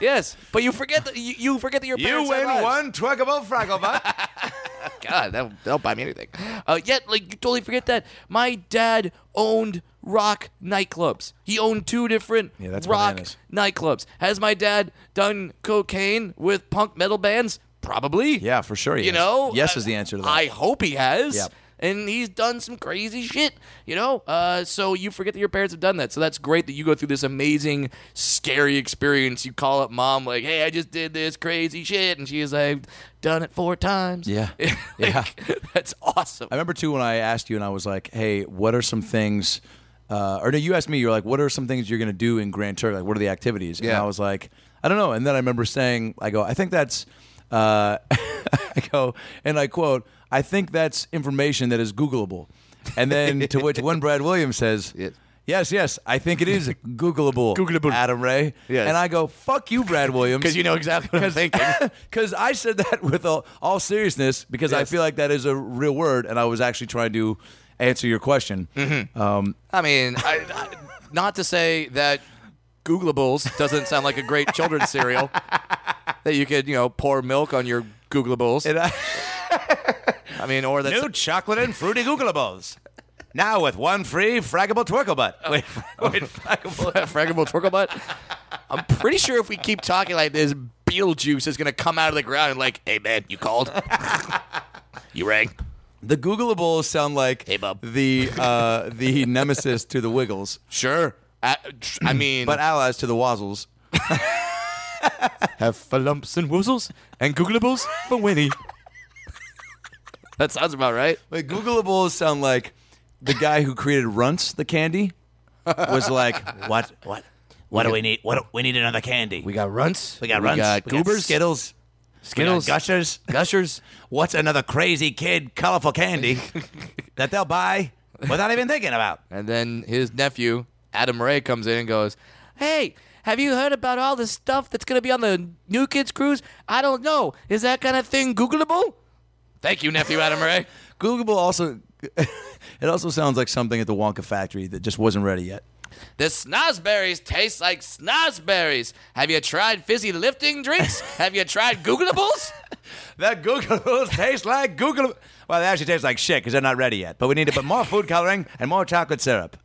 S2: yes, but you forget that you, you forget that your
S1: You
S2: parents
S1: win
S2: had lives.
S1: one truckable fraggle Butt.
S2: God, that'll, that'll buy me anything. Uh, yet, like, you totally forget that my dad owned rock nightclubs. He owned two different
S1: Yeah, that's
S2: rock
S1: bananas.
S2: nightclubs. Has my dad done cocaine with punk metal bands? Probably.
S1: Yeah, for sure. Yes.
S2: You know?
S1: yes
S2: Uh,
S1: is the answer to that.
S2: I hope he has.
S1: Yep.
S2: And he's done some crazy shit, you know? Uh, so you forget that your parents have done that. So that's great that you go through this amazing, scary experience. You call up mom, like, hey, I just did this crazy shit. And she's like, done it four times.
S1: Yeah.
S2: Like,
S1: Yeah.
S2: That's awesome.
S1: I remember too when I asked you, and I was like, "Hey, what are some things?" Uh, or no, you asked me. You're like, "What are some things you're going to do in Grand Turk? Like, what are the activities?" And
S2: Yeah.
S1: I was like, "I don't know." And then I remember saying, "I go, I think that's," uh, I go, and I quote, "I think that's information that is Googleable." And then to which one Brad Williams says.
S2: Yes.
S1: Yes, yes, I think it is Googleable. Googleable. Adam Ray.
S2: Yes.
S1: And I go, fuck you, Brad Williams.
S2: Because you know exactly what I'm thinking.
S1: Because I said that with all, all seriousness because I
S2: Yes.
S1: feel like that is a real word, and I was actually trying to answer your question.
S2: Mm. I mean, I, I- not to say that Googleables doesn't sound like a great children's cereal that you could, you know, pour milk on your Googleables.
S1: And I-
S2: I mean, or that's
S1: chocolate and fruity Googleables.
S2: Oh.
S1: Now with one free fraggable twerkle butt. Wait, wait, fraggable.
S2: Fragable Twerkle Butt. I'm pretty sure if we keep talking like this, Beetlejuice is gonna come out of the ground and like, hey man, you called, you rang.
S1: The Googleables sound like
S2: Hey, bub.
S1: the uh, the nemesis to the Wiggles,
S2: Sure. I, tr- I mean,
S1: but allies to the Wazzles.
S2: have for lumps and woozles and googleables for Winnie. that sounds about right.
S1: But Googleables sound like the guy who created Runts the candy was like, what what
S6: What do we need? What do, we need another candy.
S2: We got runts.
S6: We got Runts.
S2: We got
S6: We got
S2: goobers.
S1: Skittles?
S2: Skittles.
S6: Gushers.
S2: Gushers.
S6: What's another crazy kid colorful candy that they'll buy without even thinking about?
S2: And then his nephew, Adam Ray, comes in and goes, Hey, have you heard about all this stuff that's going to be on the New Kids Cruise? I don't know. Is that kind of thing Googleable? Thank you, nephew Adam Ray.
S1: Googleable also it also sounds like something at the Wonka factory that just wasn't ready yet.
S2: The snozberries taste like snozberries. Have you tried fizzy lifting drinks? have you tried Googleables?
S1: That Googleables tastes like Google. Well, they actually taste like shit because they're not ready yet. But we need to put more food coloring and more chocolate syrup.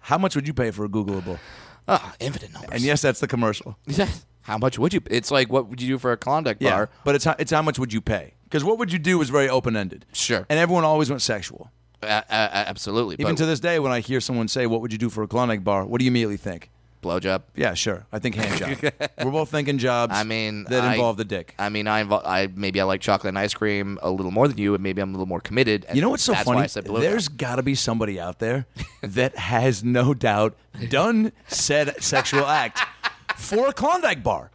S1: How much would you pay for a Googleable? Uh,
S2: Oh, infinite numbers.
S1: And yes, that's the commercial.
S2: Yes. How much would you? It's like what would you do for a Klondike bar?
S1: but it's how, it's how much would you pay? Because what would you do was very open ended.
S2: Sure.
S1: And everyone always went sexual.
S2: Uh, uh, absolutely.
S1: Even
S2: but
S1: to this day, when I hear someone say, "What would you do for a Klondike bar?" What do you immediately think?
S2: blowjob.
S1: Yeah, sure. I think hand job. We're both thinking jobs.
S2: I mean,
S1: that
S2: I-
S1: involve the dick.
S2: I mean, I, invo- I maybe I like chocolate and ice cream a little more than you, and maybe I'm a little more committed. and
S1: You know what's so
S2: that's
S1: funny?
S2: Why I said blowjob.
S1: There's got to be somebody out there that has no doubt done said sexual act for a Klondike bar,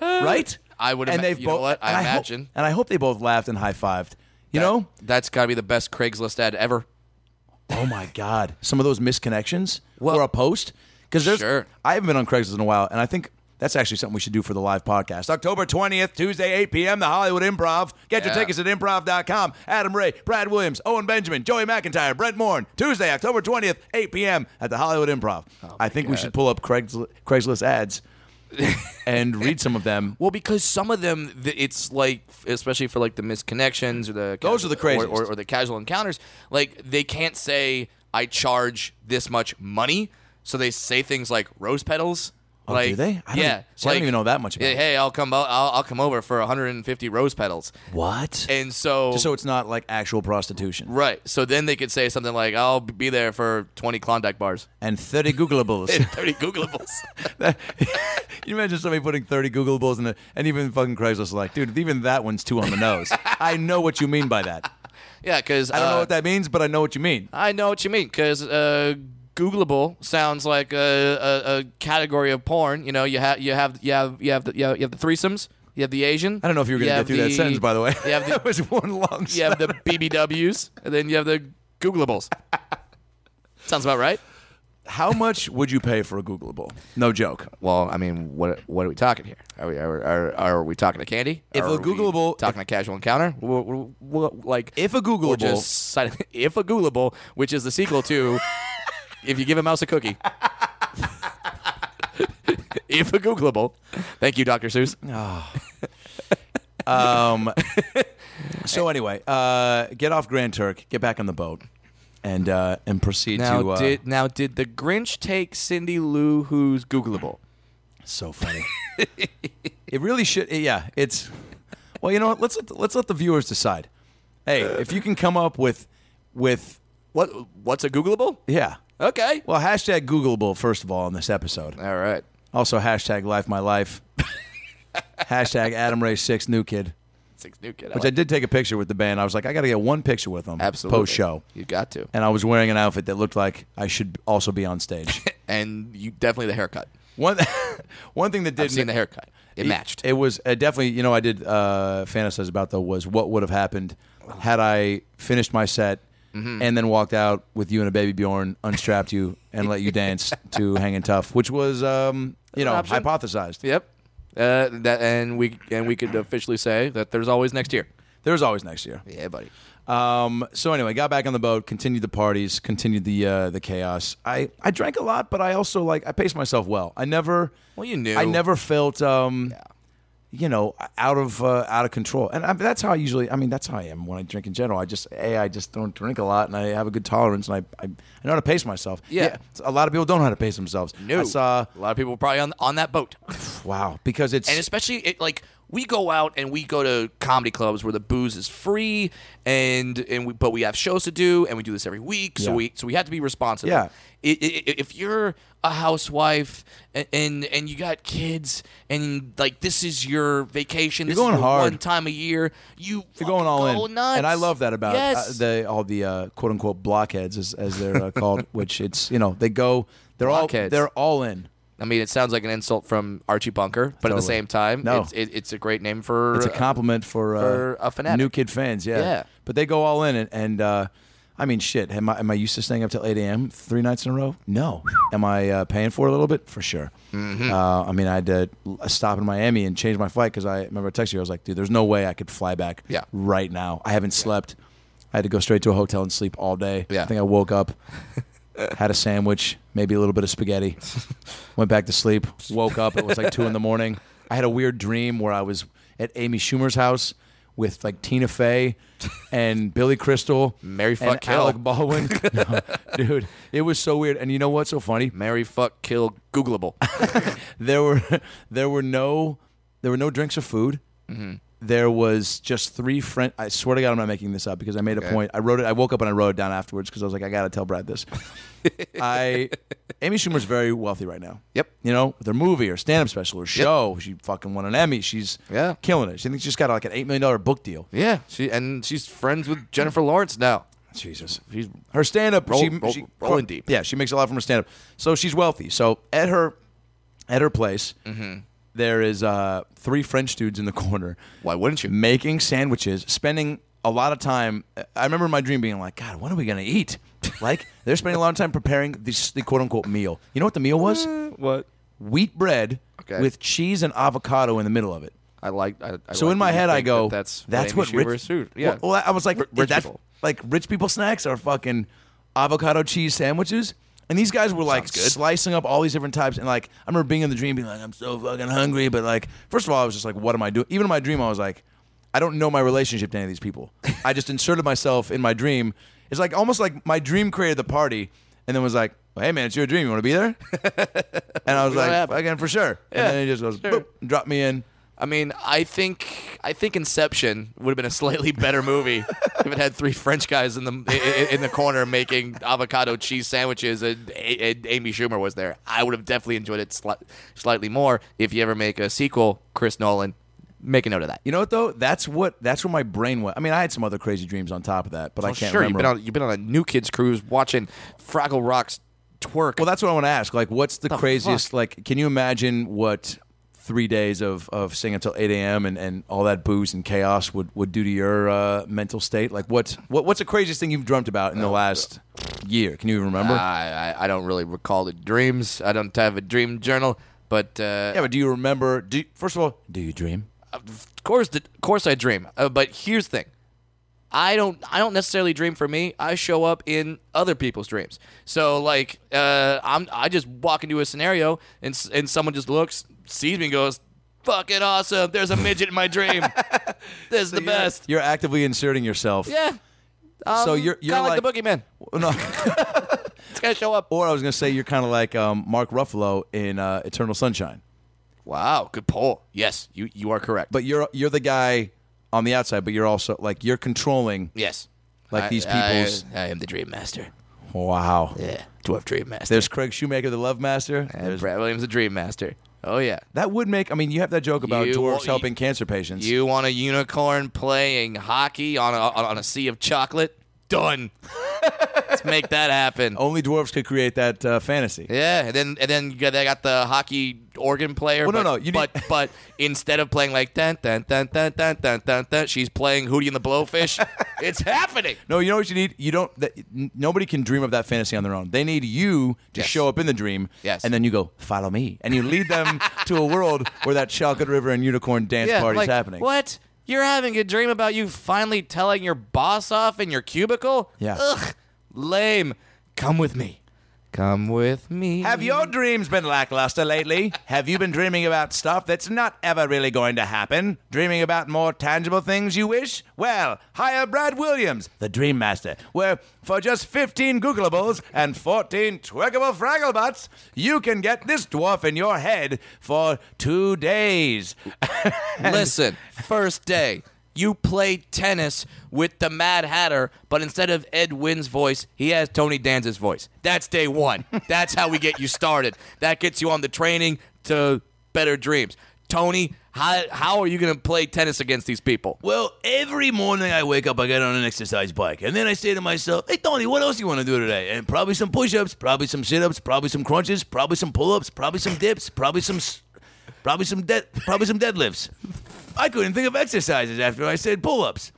S1: right?
S2: I would
S1: And
S2: ima-
S1: they've
S2: you know
S1: both.
S2: what? I
S1: and hope-
S2: imagine.
S1: and I hope they both laughed and high fived. You know?
S2: that's got to be the best Craigslist ad ever.
S1: Oh my God! Some of those misconnections
S2: Well-
S1: or a post because there's.
S2: Sure.
S1: I haven't been on Craigslist in a while, and I think. That's actually something we should do for the live podcast. October 20th, Tuesday, 8 p.m., the Hollywood Improv. Get your
S2: Yeah.
S1: tickets at improv.com. Adam Ray, Brad Williams, Owen Benjamin, Joey McIntyre, Brett Morn. Tuesday, October 20th, 8 p.m. at the Hollywood Improv.
S2: Oh
S1: I think we should pull up Craigsl- Craigslist ads and read some of them.
S2: Well, because some of them, th- it's like, especially for like the misconnections or the
S1: Those are the
S2: crazy
S1: craziest.
S2: or, or, or the casual encounters, like they can't say I charge this much money, so they say things like rose petals.
S1: Oh,
S2: like,
S1: do they? I don't-
S2: yeah,
S1: see, I don't even know that much about
S2: yeah,
S1: it.
S2: hey, I'll come. o- I'll, I'll come over for 150 rose petals,
S1: What?
S2: and so
S1: Just so it's not like actual prostitution.
S2: right. So then they could say something like, "I'll be there for 20 Klondike bars
S1: And 30 Googleables.
S2: and 30 Googleables."
S1: That- Can you imagine somebody putting 30 Google Bulls in it? And even fucking Craigslist is like, dude, even that one's two on the nose. I know what you mean by that.
S2: yeah, because
S1: I don't know what that means, but I know what you mean.
S2: I know what you mean because uh, Googleable sounds like a, a, a category of porn. You know, you have you have you have you have the, you have you have the threesomes. You have the Asian.
S1: I don't know if you're going to get through that sentence, by the way.
S2: You have
S1: that
S2: the
S1: was one long
S2: you have the BBWs, and then you have the Googleables. sounds about right.
S1: How much would you pay for a Google Bull? No joke.
S2: Well, I mean, what what are we talking here? Are we are, are, are we talking to candy?
S1: If
S2: Are
S1: a
S2: we
S1: Googleable-
S2: talking a casual encounter, Wha- wha- wha- like
S1: If a
S2: or
S1: Googleable,
S2: just silent- if a Googleable, which is the sequel to if you give a mouse a cookie. if a Googleable, thank you, Doctor Seuss.
S1: um, so anyway, uh, get off Grand Turk, get back on the boat, and uh, and proceed
S2: Now
S1: to. Uh,
S2: did now did the Grinch take Cindy Lou Who's Googleable?
S1: So funny. it really should. eh, Yeah, it's. Well, you know what? Let's let the, let's let the viewers decide. Hey, if you can come up with with
S2: What what's a Googleable?
S1: yeah.
S2: Okay,
S1: Well, hashtag Googleable first of all in this episode.
S2: all right.
S1: Also hashtag Life My Life. hashtag Adam Ray Six New Kid,
S2: Six new kid.
S1: which I
S2: like-
S1: did take a picture with the band. I was like, I got to get one picture with them
S2: absolutely
S1: post show,
S2: You got to,
S1: and I was wearing an outfit that looked like I should also be on stage.
S2: and you definitely the haircut.
S1: one one thing that did
S2: I've seen the haircut. It matched.
S1: It was uh, definitely, you know, I did uh, fantasize about though was what would have happened had I finished my set
S2: Mm-hmm.
S1: and then walked out with you and a baby Bjorn, unstrapped you, and let you dance to "Hanging Tough," which was, um, you know,
S2: option.
S1: hypothesized.
S2: yep. Uh, that and we and we could officially say that there's always next year.
S1: There's always next year.
S2: Yeah, buddy.
S1: Um, so anyway, got back on the boat, continued the parties, continued the uh, the chaos. I I drank a lot, but I also like I paced myself well. I never.
S2: Well, you knew.
S1: I never felt. Um, you know, out of uh, out of control. And I, that's how I usually. I mean, that's how I am when I drink in general. I just a I just don't drink a lot, and I have a good tolerance, and I I, I know how to pace myself.
S2: Yeah.
S1: a lot of people don't know how to pace themselves. I saw.
S2: a lot of people probably on on that boat,
S1: Wow, because it's
S2: and especially it like we go out and we go to comedy clubs where the booze is free, and and we, but we have shows to do, and we do this every week, so
S1: Yeah.
S2: we so we have to be responsible.
S1: Yeah.
S2: I- I- i- if you're a housewife and, and and you got kids and like this is your vacation,
S1: You're
S2: this is
S1: going
S2: your
S1: hard.
S2: one time a year, you
S1: They're going all
S2: go
S1: in,
S2: nuts.
S1: and I love that about
S2: yes.
S1: uh, the, all the uh, quote unquote blockheads as, as they're uh, called, which it's you know they go they're all
S2: Blockheads.
S1: they're all in.
S2: I mean, it sounds like an insult from Archie Bunker, but at the
S1: Totally.
S2: same time,
S1: No.
S2: it's, it, it's a great name for
S1: It's a compliment for, uh,
S2: for a fanatic.
S1: new kid fans, yeah.
S2: Yeah.
S1: But they go all in, and, and uh, I mean, shit. Am I am I used to staying up till eight a.m. three nights in a row? No. am I uh, paying for it a little bit? For sure.
S2: Mm-hmm.
S1: Uh, I mean, I had to l- stop in Miami and change my flight because I remember I texted you. I was like, dude, there's no way I could fly back
S2: Yeah.
S1: right now. I haven't slept. I had to go straight to a hotel and sleep all day.
S2: Yeah.
S1: I think I woke up. had a sandwich, maybe a little bit of spaghetti. Went back to sleep. Woke up. It was like two in the morning. I had a weird dream where I was at Amy Schumer's house with like Tina Fey and Billy Crystal,
S2: Mary fuck
S1: and
S2: kill.
S1: Alec Baldwin. No, dude, it was so weird. And you know what's so funny?
S2: Mary fuck kill Googleable.
S1: There were there were no there were no drinks or food.
S2: Mm-hmm.
S1: There was just three friend. I swear to God, I'm not making this up because I made a point. I wrote it. I woke up and I wrote it down afterwards because I was like, I gotta tell Brad this. I Amy Schumer's very wealthy right now.
S2: Yep.
S1: You know, with her movie or stand up special or show. She fucking won an Emmy. She's
S2: Yeah.
S1: killing it. She thinks she's got like an eight million dollar book deal.
S2: yeah, she and she's friends with Jennifer Lawrence now.
S1: Jesus.
S2: She's
S1: Her stand up
S2: Roll-
S1: she,
S2: roll-
S1: she
S2: rolling deep.
S1: Yeah, she makes a lot from her stand up. So she's wealthy. So at her at her place
S2: Mm-hmm.
S1: there is uh three French dudes in the corner
S2: why wouldn't you?
S1: making sandwiches, spending a lot of time. I remember my dream being like, God, when are we gonna eat? Like they're spending a lot of time preparing this the quote unquote meal. You know what the meal was?
S2: Eh, What?
S1: Wheat bread
S2: Okay.
S1: with cheese and avocado in the middle of it.
S2: I like. I, I
S1: So
S2: like
S1: in
S2: that
S1: my
S2: you
S1: head, I
S2: think
S1: go,
S2: that that's
S1: that's
S2: Amy
S1: what rich
S2: Schumer's food. Yeah.
S1: Well, well, I was like,
S2: R-
S1: rich
S2: rich
S1: that,
S2: people.
S1: like rich people snacks are fucking avocado cheese sandwiches. And these guys were like
S2: good.
S1: slicing up all these different types. And like, I remember being in the dream, being like, I'm so fucking hungry. But like, first of all, I was just like, what am I doing? Even in my dream, I was like, I don't know my relationship to any of these people. I just inserted myself in my dream. It's like almost like my dream created the party, and then was like, well, hey man, it's your dream. You want to be there? and I was like, again for sure. And then he just goes, boop, and drop me in.
S2: I mean, I think I think Inception would have been a slightly better movie if it had three French guys in the in, in the corner making avocado cheese sandwiches and, A- and Amy Schumer was there. I would have definitely enjoyed it sli- slightly more if you ever make a sequel, Chris Nolan. Make a note of that.
S1: You know what though? That's what that's where my brain went. I mean, I had some other crazy dreams on top of that, but I
S2: Oh,
S1: can't
S2: sure,
S1: remember.
S2: you've been on you've been on a New Kids cruise watching Fraggle Rocks twerk.
S1: well, that's what I want to ask. Like, what's the, craziest? Like, can you imagine what three days of of staying until eight a.m. and and all that booze and chaos would would do to your uh, mental state? Like, what's what, what's the craziest thing you've dreamt about in
S2: Oh, uh,
S1: the last year? Can you even remember?
S2: I, I I don't really recall the dreams. I don't have a dream journal, but uh,
S1: yeah, but do you remember? Do you, first of all, do you dream?
S2: of course, the, of course, I dream. Uh, but here's the thing: I don't, I don't necessarily dream for me. I show up in other people's dreams. So like, uh, I'm, I just walk into a scenario and s- and someone just looks, sees me, and goes, "Fucking awesome! There's a midget in my dream. this is the best."
S1: You're actively inserting yourself.
S2: Yeah.
S1: So you're you're
S2: kind of like,
S1: like, Oh.
S2: the boogeyman.
S1: no.
S2: It's gonna show up.
S1: or I was gonna say you're kind of like um, Mark Ruffalo in uh, Eternal Sunshine.
S2: Wow, good poll. Yes, you you are correct.
S1: but you're you're the guy on the outside, but you're also like you're controlling.
S2: yes,
S1: Like
S2: I-
S1: these
S2: I-
S1: people's-
S2: I, am the dream master.
S1: Wow.
S2: Yeah, dwarf dream master.
S1: There's Craig Shoemaker, the Love Master.
S2: and Brad Williams, the dream master. Oh yeah.
S1: That would make. I mean, you have that joke about
S2: You-
S1: dwarves
S2: you-
S1: helping cancer patients.
S2: You want a unicorn playing hockey on a, on a sea of chocolate? Done. Let's make that happen.
S1: Only dwarves could create that uh, fantasy.
S2: Yeah, and then and then you got, they got the hockey organ player.
S1: Well, no,
S2: but,
S1: no, you need-
S2: but but instead of playing like dun dun dun dun dun dun dun dun, she's playing Hootie and the Blowfish. it's happening.
S1: No, you know what you need. You don't. That, n- nobody can dream of that fantasy on their own. They need you to
S2: Yes.
S1: show up in the dream.
S2: Yes.
S1: And then you go follow me, and you lead them to a world where that chocolate river and unicorn dance
S2: yeah,
S1: party's
S2: like,
S1: happening.
S2: What? You're having a dream about you finally telling your boss off in your cubicle?
S1: Yeah.
S2: Ugh, lame. Come with me. Come with me.
S1: Have your dreams been lackluster lately? Have you been dreaming about stuff that's not ever really going to happen? Dreaming about more tangible things you wish? Well, hire Brad Williams, the Dream Master, where for just 15 Googleables and 14 twiggable Fragglebuts, you can get this dwarf in your head for two days.
S2: Listen, first day, you play tennis with the Mad Hatter, but instead of Ed Wynn's voice, he has Tony Danza's voice. That's day one. That's how we get you started. That gets you on the training to better dreams. Tony, how, how are you going to play tennis against these people?
S1: Well, every morning I wake up, I get on an exercise bike, and then I say to myself, "Hey, Tony, what else do you want to do today?" And probably some push-ups, probably some sit-ups, probably some crunches, probably some pull-ups, probably some dips, probably some, s- probably some dead, probably some deadlifts. I couldn't think of exercises after I said pull-ups.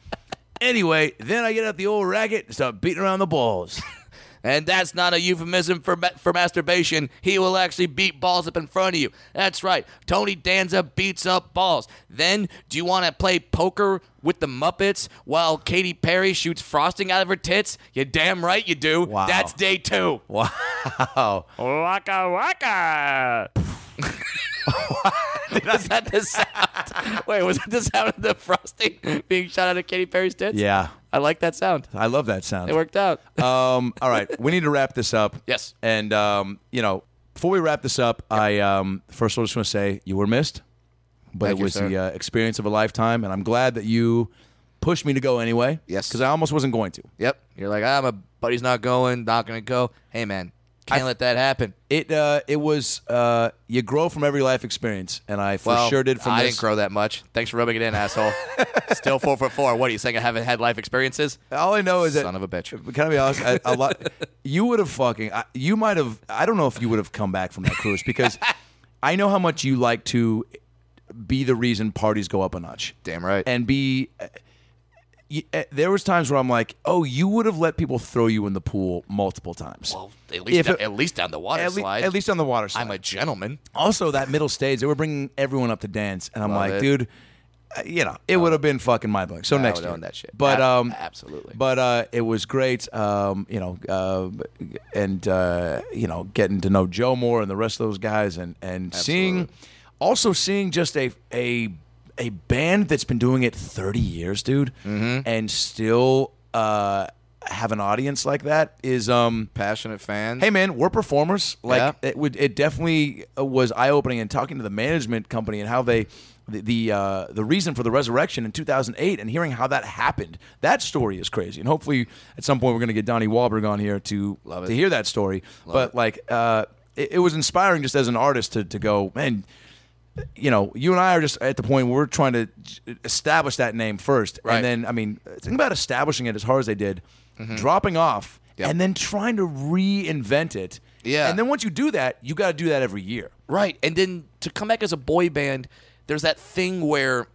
S1: Anyway, then I get out the old racket and start beating around the balls.
S2: And that's not a euphemism for ma- for masturbation. He will actually beat balls up in front of you. That's right. Tony Danza beats up balls. Then, do you want to play poker with the Muppets while Katy Perry shoots frosting out of her tits? You damn right you do.
S1: Wow.
S2: That's day two.
S1: Wow!
S5: Waka waka.
S2: Was that the sound? Wait, was that the sound of the frosting being shot out of Katy Perry's tits?
S1: Yeah,
S2: I like that sound.
S1: I love that sound.
S2: It worked out.
S1: um, all right, we need to wrap this up.
S2: Yes.
S1: And um, you know, before we wrap this up, I um, first of all just want to say you were missed, but
S2: Thank
S1: it
S2: you,
S1: was
S2: sir.
S1: the uh, experience of a lifetime, and I'm glad that you pushed me to go anyway.
S2: Yes.
S1: Because I almost wasn't going to.
S2: Yep. You're like, ah, my buddy's not going, not gonna go. Hey, man, can't let that happen.
S1: It uh, it was uh, you grow from every life experience, and I for
S2: Well,
S1: sure did from
S2: I
S1: this.
S2: didn't grow that much. Thanks for rubbing it in, asshole. Still four for four. What are you saying? I haven't had life experiences.
S1: All I know is that
S2: Son of a bitch.
S1: Can I be honest? I, a lot. You would have fucking. I, you might have. I don't know if you would have come back from that cruise because I know how much you like to be the reason parties go up a notch.
S2: Damn right.
S1: And be. uh, y- uh, There was times where I'm like, "Oh, you would have let people throw you in the pool multiple times,
S2: well, at least
S1: If it-
S2: at least down the water
S1: at, le-
S2: slide.
S1: at least on the water slide."
S2: I'm a gentleman.
S1: also, that middle stage, they were bringing everyone up to dance, and I'm
S2: Love
S1: like,
S2: it.
S1: dude, uh, you know, it would have been fucking mind blowing. So
S2: I
S1: next
S2: would
S1: year,
S2: own that shit.
S1: But
S2: Ab-
S1: um,
S2: absolutely.
S1: But uh, it was great. Um, you know, uh, and uh, you know, getting to know Joe more and the rest of those guys, and and seeing, also seeing just a a a band that's been doing it 30 years, dude,
S2: Mm-hmm.
S1: and still uh, have an audience like that is um.
S2: Passionate fans.
S1: Hey man, we're performers. Like
S2: Yeah.
S1: it would, it definitely uh, was eye opening. And talking to the management company and how they, the the, uh, the reason for the resurrection in 2008, and hearing how that happened. That story is crazy. And hopefully, at some point, we're going to get Donnie Wahlberg on here to
S2: Love it.
S1: to hear that story. but like, uh, it, it was inspiring just as an artist to to go man. You know, you and I are just at the point where we're trying to establish that name first,
S2: Right.
S1: and then I mean, think about establishing it as hard as they did, dropping off,
S2: Mm-hmm. Yep.
S1: and then trying to reinvent it.
S2: Yeah.
S1: And then once you do that, you got to do that every year.
S2: Right. And then to come back as a boy band, there's that thing where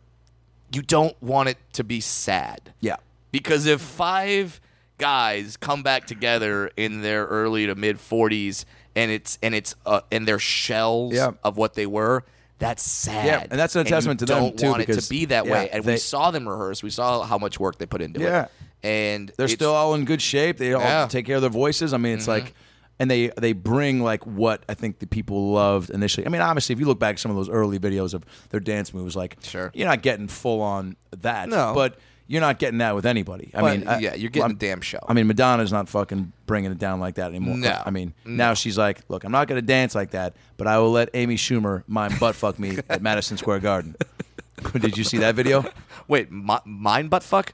S2: you don't want it to be sad.
S1: Yeah.
S2: Because if five guys come back together in their early to mid 40s and it's and it's uh, and their shells
S1: Yeah.
S2: of what they were, that's sad.
S1: Yeah, and that's an
S2: you
S1: testament to them,
S2: don't
S1: too,
S2: want it
S1: because,
S2: to be that
S1: yeah,
S2: way. And
S1: they-
S2: we saw them rehearse. We saw how much work they put into
S1: Yeah.
S2: it. And
S1: They're
S2: it's-
S1: still all in good shape. They all
S2: Yeah. Mm-hmm.
S1: take care of their voices. I mean, it's like, and they they bring like what I think the people loved initially. I mean, obviously, if you look back at some of those early videos of their dance moves, like,
S2: Sure.
S1: you're not getting full on that.
S2: No.
S1: but you're not getting that with anybody. I
S2: But,
S1: mean, I-
S2: yeah, you're getting
S1: I'm-
S2: a damn show.
S1: I mean, Madonna's not fucking bringing it down like that anymore.
S2: No.
S1: I mean, now she's like, look, I'm not going to dance like that, but I will let Amy Schumer mime butt fuck me at Madison Square Garden. Did you see that video?
S2: wait, mi- mine butt fuck?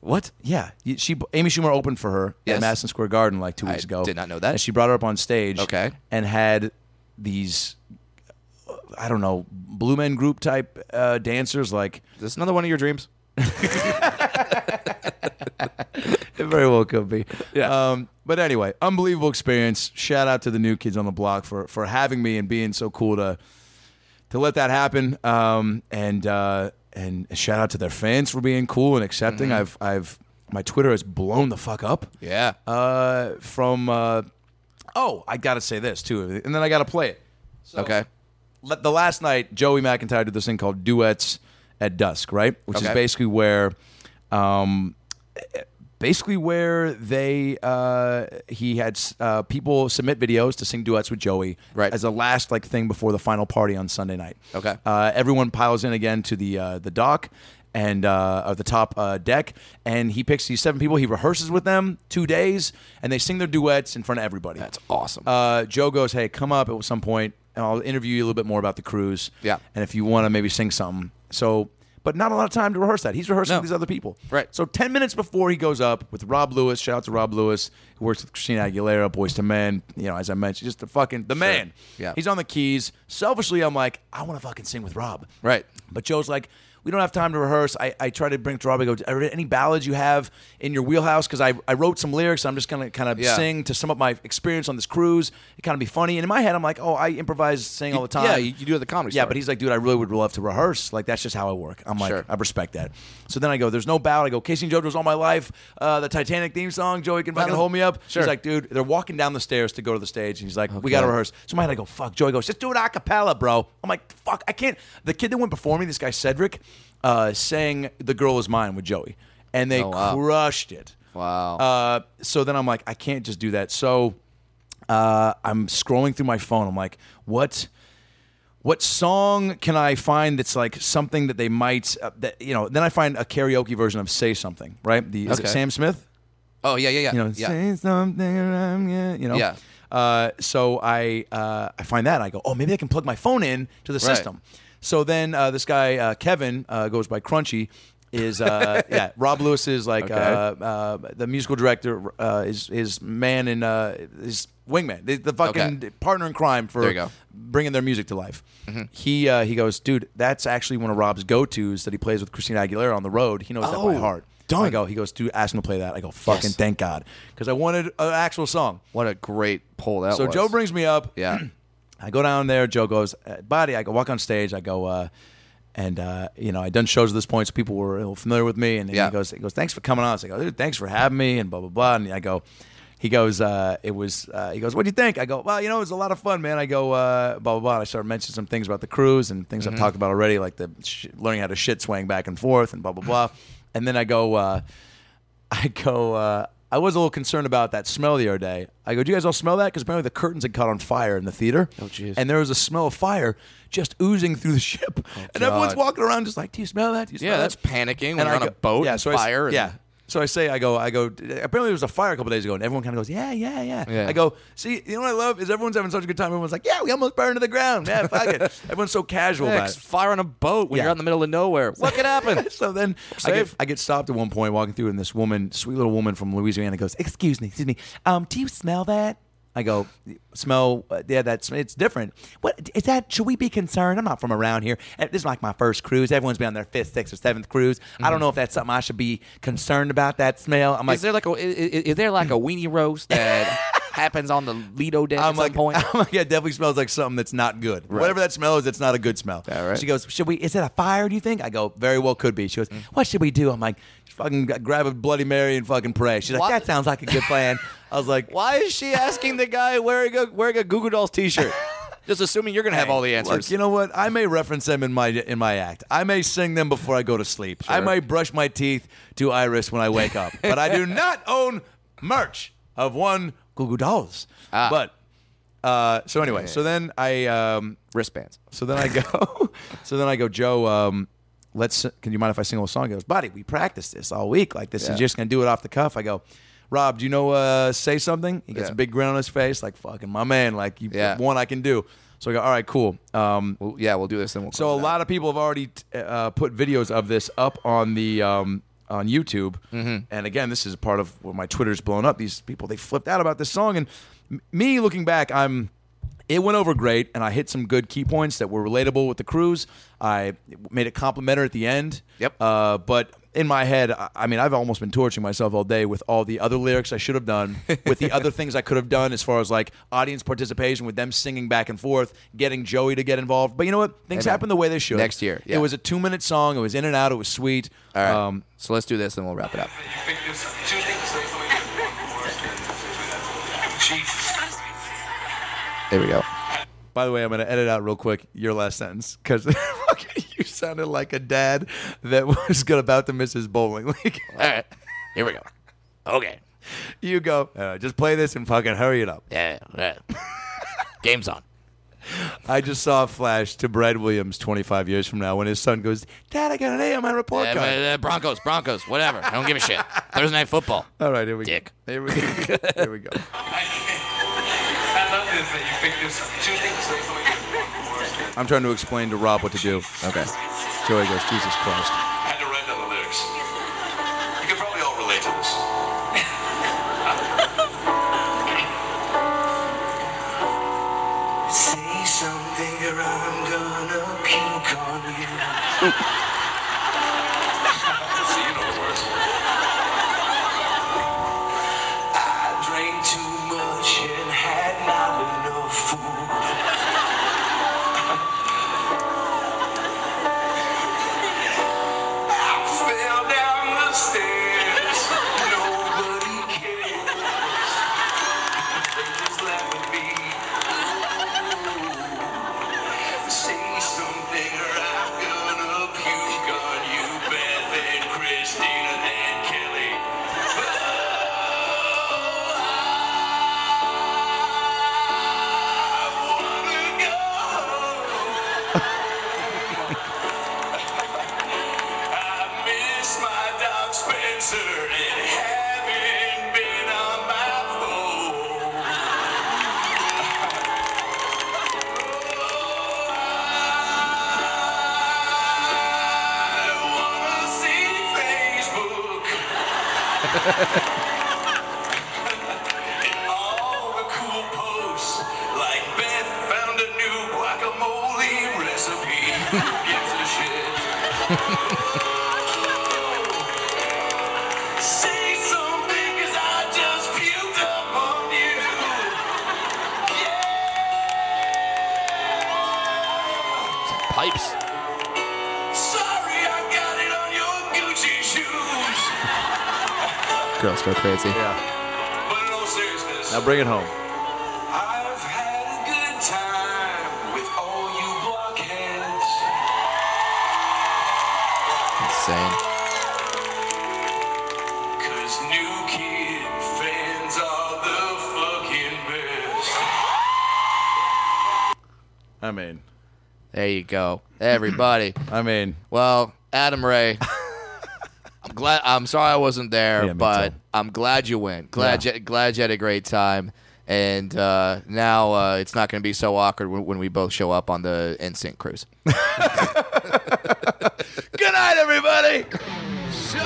S2: What?
S1: Yeah, you- she Amy Schumer opened for her
S2: Yes.
S1: at Madison Square Garden like two
S2: I
S1: weeks ago.
S2: did not know that.
S1: And she brought her up on stage.
S2: Okay.
S1: and had these, uh, I don't know, Blue Men Group type uh, dancers like
S2: Is this another one of your dreams?
S1: It very well could be.
S2: Yeah.
S1: Um, but anyway, unbelievable experience. Shout out to the new kids on the block for for having me and being so cool to to let that happen. Um, and uh, and shout out to their fans for being cool and accepting. I've I've my Twitter has blown the fuck up.
S2: Mm-hmm. Yeah.
S1: Uh, from uh, oh, I gotta say this too, and then I gotta play it.
S2: okay.
S1: Let- the last night Joey McIntyre did this thing called duets at dusk, right? Which is
S2: Okay.
S1: basically where um, basically where they uh, he had uh, people submit videos to sing duets with Joey
S2: Right.
S1: as a last like thing before the final party on Sunday night.
S2: Okay.
S1: uh, everyone piles in again to the uh, the dock. And uh, or the top uh, deck, and he picks these seven people. He rehearses with them two days, and they sing their duets in front of everybody.
S2: That's awesome.
S1: Uh, Joe goes, "Hey, come up at some point, and I'll interview you a little bit more about the cruise.
S2: Yeah.
S1: and if you want to maybe sing something. So, but not a lot of time to rehearse that. He's rehearsing
S2: No.
S1: with these other people.
S2: Right.
S1: So ten minutes before he goes up with Rob Lewis, shout out to Rob Lewis, who works with Christina Aguilera, Boys to Men. You know, as I mentioned, just the fucking the man.
S2: Yeah.
S1: he's on the keys. Selfishly, I'm like, I want to fucking sing with Rob.
S2: Right.
S1: But Joe's like, we don't have time to rehearse. I, I try to bring to Rob. I go, "Are there any ballads you have in your wheelhouse? Because I, I wrote some lyrics. I'm just gonna kind of
S2: Yeah.
S1: sing to sum up my experience on this cruise. It kind of be funny. And in my head, I'm like, oh, I improvise, sing all the time.
S2: Yeah, you- you do it at the comedy
S1: Yeah,
S2: store.
S1: but he's like, dude, I really would love to rehearse. Like that's just how I work. I'm like,
S2: Sure.
S1: I respect that. So then I go, there's no ballad. I go, Casey and JoJo's all my life. Uh, the Titanic theme song. Joey can fucking hold me up.
S2: Sure.
S1: He's like, dude, they're walking down the stairs to go to the stage, and he's like, we gotta rehearse. So in my head, I go, fuck. Joey goes, just do it a cappella, bro. I'm like, fuck, I can't. The kid that went before me, this guy Cedric, uh, sang "The Girl Is Mine" with Joey, and they
S2: Oh, wow.
S1: crushed it.
S2: Wow.
S1: Uh, so then I'm like, I can't just do that. So uh, I'm scrolling through my phone. I'm like, what? What song can I find that's like something that they might uh, that you know? Then I find a karaoke version of "Say Something," right? The is it
S2: Okay.
S1: Sam Smith?
S2: oh yeah, yeah, yeah.
S1: You know,
S2: yeah.
S1: "Say something," I'm gonna-" you know.
S2: Yeah.
S1: Uh, so I uh, I find that I go, oh, maybe I can plug my phone in to the
S2: Right.
S1: system. So then uh, this guy uh, Kevin uh, goes by Crunchy. Is uh, yeah Rob Lewis is like
S2: Okay.
S1: uh, uh, the musical director uh, is is man in uh, his wingman the, the fucking
S2: Okay.
S1: partner in crime for
S2: There you go. Mm-hmm.
S1: bringing their music to life. He uh, he goes, dude, that's actually one of Rob's go tos that he plays with Christina Aguilera on the road. He knows that by
S2: Oh,
S1: heart. I go, he goes, dude, ask him to play that. I go, fucking
S2: Yes.
S1: thank God, because I wanted an actual song.
S2: What a great pull that
S1: So
S2: was.
S1: Joe brings me up.
S2: Yeah.
S1: I go down there. Joe goes, uh, body. I go walk on stage. I go, uh, and uh, you know, I done shows at this point, so people were a little familiar with me. And
S2: Yeah.
S1: he goes, he goes, thanks for coming on. So I go, dude, thanks for having me, and blah blah blah. And I go, he goes, uh, it was, uh, he goes, what'd you think? I go, well, you know, it was a lot of fun, man. I go, uh, blah blah blah. And I started mentioning some things about the cruise and things
S2: Mm-hmm.
S1: I've talked about already, like the sh- learning how to shit swaying back and forth and blah blah blah. and then I go. Uh, I go, uh, I was a little concerned about that smell the other day. I go, do you guys all smell that? Because apparently the curtains had caught on fire in the theater. Oh,
S2: jeez.
S1: And there was a smell of fire just oozing through the ship. and everyone's
S2: Oh, God.
S1: walking around just like, do you smell that? Do you smell
S2: Yeah,
S1: that?
S2: that's panicking
S1: And
S2: when you're
S1: I
S2: on a
S1: go-
S2: boat and
S1: so I s-
S2: fire. and-
S1: yeah. So I say, I go, I go. Apparently, there was a fire a couple days ago, and everyone kind of goes, yeah, yeah, yeah,
S2: Yeah.
S1: I go, see, you know what I love is everyone's having such a good time. Everyone's like, yeah, we almost burned to the ground. Yeah, fuck it. Everyone's so casual
S2: Yeah,
S1: about
S2: 'cause
S1: it.
S2: fire on a boat when
S1: Yeah.
S2: you're out in the middle of nowhere. What could happen?
S1: so then I
S2: safe.
S1: get, I get stopped at one point walking through, and this woman, sweet little woman from Louisiana, goes, "Excuse me, excuse me, um, do you smell that?" I go, "Smell? uh, Yeah, that's it's different. What is that? Should we be concerned? I'm not from around here. Uh, This is like my first cruise. Everyone's been on their fifth, sixth, or seventh cruise. I don't know if that's something I should be concerned about. That smell. I'm like,
S2: is there like a is, is there like a weenie roast that happens on the Lido deck at
S1: I'm
S2: some
S1: like,
S2: point?
S1: I'm like, yeah, it definitely smells like something that's not good. Whatever that smell is, it's not a good smell.
S2: Yeah, right.
S1: She goes, should we? Is it a fire? Do you think? I go, very well could be. She
S2: Mm.
S1: goes, what should we do? I'm like, just fucking g- grab a Bloody Mary and fucking pray. She's like,
S2: Why-
S1: that sounds like a good plan. I was like,
S2: Why is she asking the guy wearing a wearing a Google Dolls T-shirt? Just assuming you're gonna have all the answers.
S1: Look, you know what? I may reference them in my in my act. I may sing them before I go to sleep. I may brush my teeth to Iris when I wake up. but I do not own merch of one Goo Goo Dolls.
S2: Ah.
S1: But uh, so anyway, so then I. Um,
S2: Wristbands.
S1: So then I go. so then I go, Joe. Um, let's. Can you mind if I sing a little song? He goes, buddy. We practiced this all week. Like this
S2: Yeah.
S1: is just gonna do it off the cuff. I go, Rob. Do you know? Uh, say something. He gets
S2: Yeah.
S1: a big grin on his face. Like fucking my man. Like you
S2: Yeah.
S1: one I can do. So I go, all right, cool. Um,
S2: Well, yeah, we'll do this. Then we'll.
S1: so a lot of people have already t- uh, put videos of this up on the um, on YouTube, and again, this is part of where my Twitter's blown up. These people they flipped out about this song, and m- me looking back, I'm it went over great, and I hit some good key points that were relatable with the cruise. I made it complimentary at the end.
S2: Yep.
S1: Uh, but in my head, I, I mean, I've almost been torturing myself all day with all the other lyrics I should have done, with the other things I could have done as far as like audience participation, with them singing back and forth, getting Joey to get involved. But you know what? Things
S2: Amen.
S1: happen the way they should.
S2: Next year, yeah.
S1: It was a two minute song. It was in and out. It was sweet.
S2: All right.
S7: Um,
S1: um,
S2: so let's do this, and we'll wrap it up. There we go.
S1: by the way, I'm going to edit out real quick your last sentence because you sounded like a dad that was gonna- about to miss his bowling league.
S2: All right. Here we go.
S1: Okay.
S7: You go. Uh, just play this and fucking hurry it up.
S1: Yeah. yeah. Game's on.
S7: I just saw a flash to Brad Williams 25 years from now when his son goes, Dad, I got an A on my report
S2: Uh,
S7: card.
S2: uh, Broncos, Broncos, whatever. I don't give a shit. Thursday night football.
S7: All right, here we
S2: Dick.
S7: go. Here we go. here we go.
S8: I love this that you picked this two things that so I
S7: I'm trying to explain to Rob what to do. Okay. Joey goes, Jesus Christ.
S8: had to write down the lyrics. You can probably all relate to this. Say something or I'm gonna puke on you. so you know the words. I drank too much and had not enough food. I fell down the stairs. Nobody cares. They just laugh at me. Say something or I'm gonna puke on you, Beth and Christina and Kelly. Oh, I wanna go I miss my dog Spencer and haven't been on my phone. I wanna see Facebook and all the cool posts, like Beth found a new guacamole recipe. Who gives a shit? Say something, 'cause I just puked up on you.
S2: Pipes.
S8: Sorry, I got it on your Gucci shoes.
S2: Girls go crazy.
S8: But in all seriousness,
S7: Now bring it home.
S8: I've had a good time with all you blockheads.
S2: Insane.
S8: Cause new kid fans are the fucking best.
S7: I mean,
S2: There you go, everybody.
S7: I mean,
S2: well, Adam Ray. I'm glad. I'm sorry I wasn't there,
S7: Yeah, me
S2: but
S7: too.
S2: I'm glad you went. Glad you, glad you had a great time. And uh, now uh, it's not going to be so awkward when, when we both show up on the NSYNC cruise.
S1: Good night, everybody. So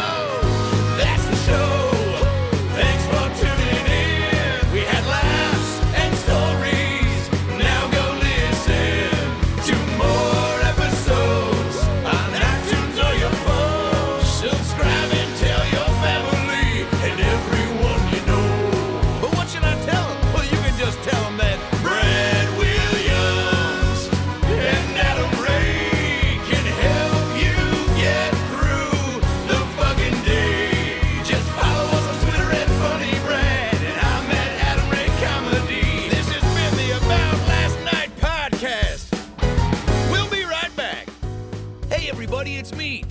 S1: that's the show. Thanks for tuning in. We had laughs and stories. Now go listen to more episodes on iTunes or your phone. Subscribe and tell your family and everyone you know. But what should I tell 'em? Well, you can just tell 'em that Brad Williams and Adam Ray can help you get through the fucking day. Just follow us on Twitter at Funny Brad, and I'm at Adam Ray Comedy. This has been the About Last Night podcast. We'll be right back. Hey, everybody, it's me,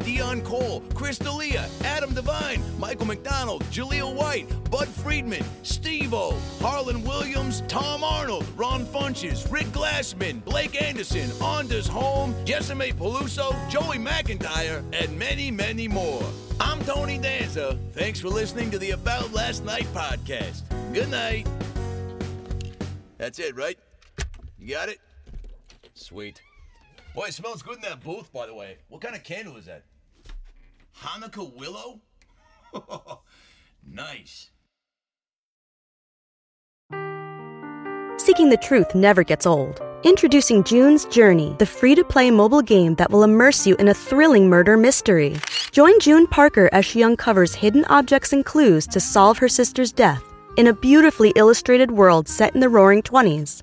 S1: Dion Cole, Chris D'Elia, Adam Devine, Michael McDonald, Jaleel White, Bud Friedman, Steve O, Harlan Williams, Tom Arnold, Ron Funches, Rick Glassman, Blake Anderson, Anders Holm, Jessime Peluso, Joey McIntyre, and many, many more. I'm Tony Danza. Thanks for listening to the About Last Night podcast. Good night. That's it, right? You got it? Sweet. Boy, it smells good in that booth, by the way. What kind of candle is that? Hanukkah willow? nice.
S9: Seeking the truth never gets old. Introducing June's Journey, the free to play mobile game that will immerse you in a thrilling murder mystery. Join June Parker as she uncovers hidden objects and clues to solve her sister's death in a beautifully illustrated world set in the roaring 20s.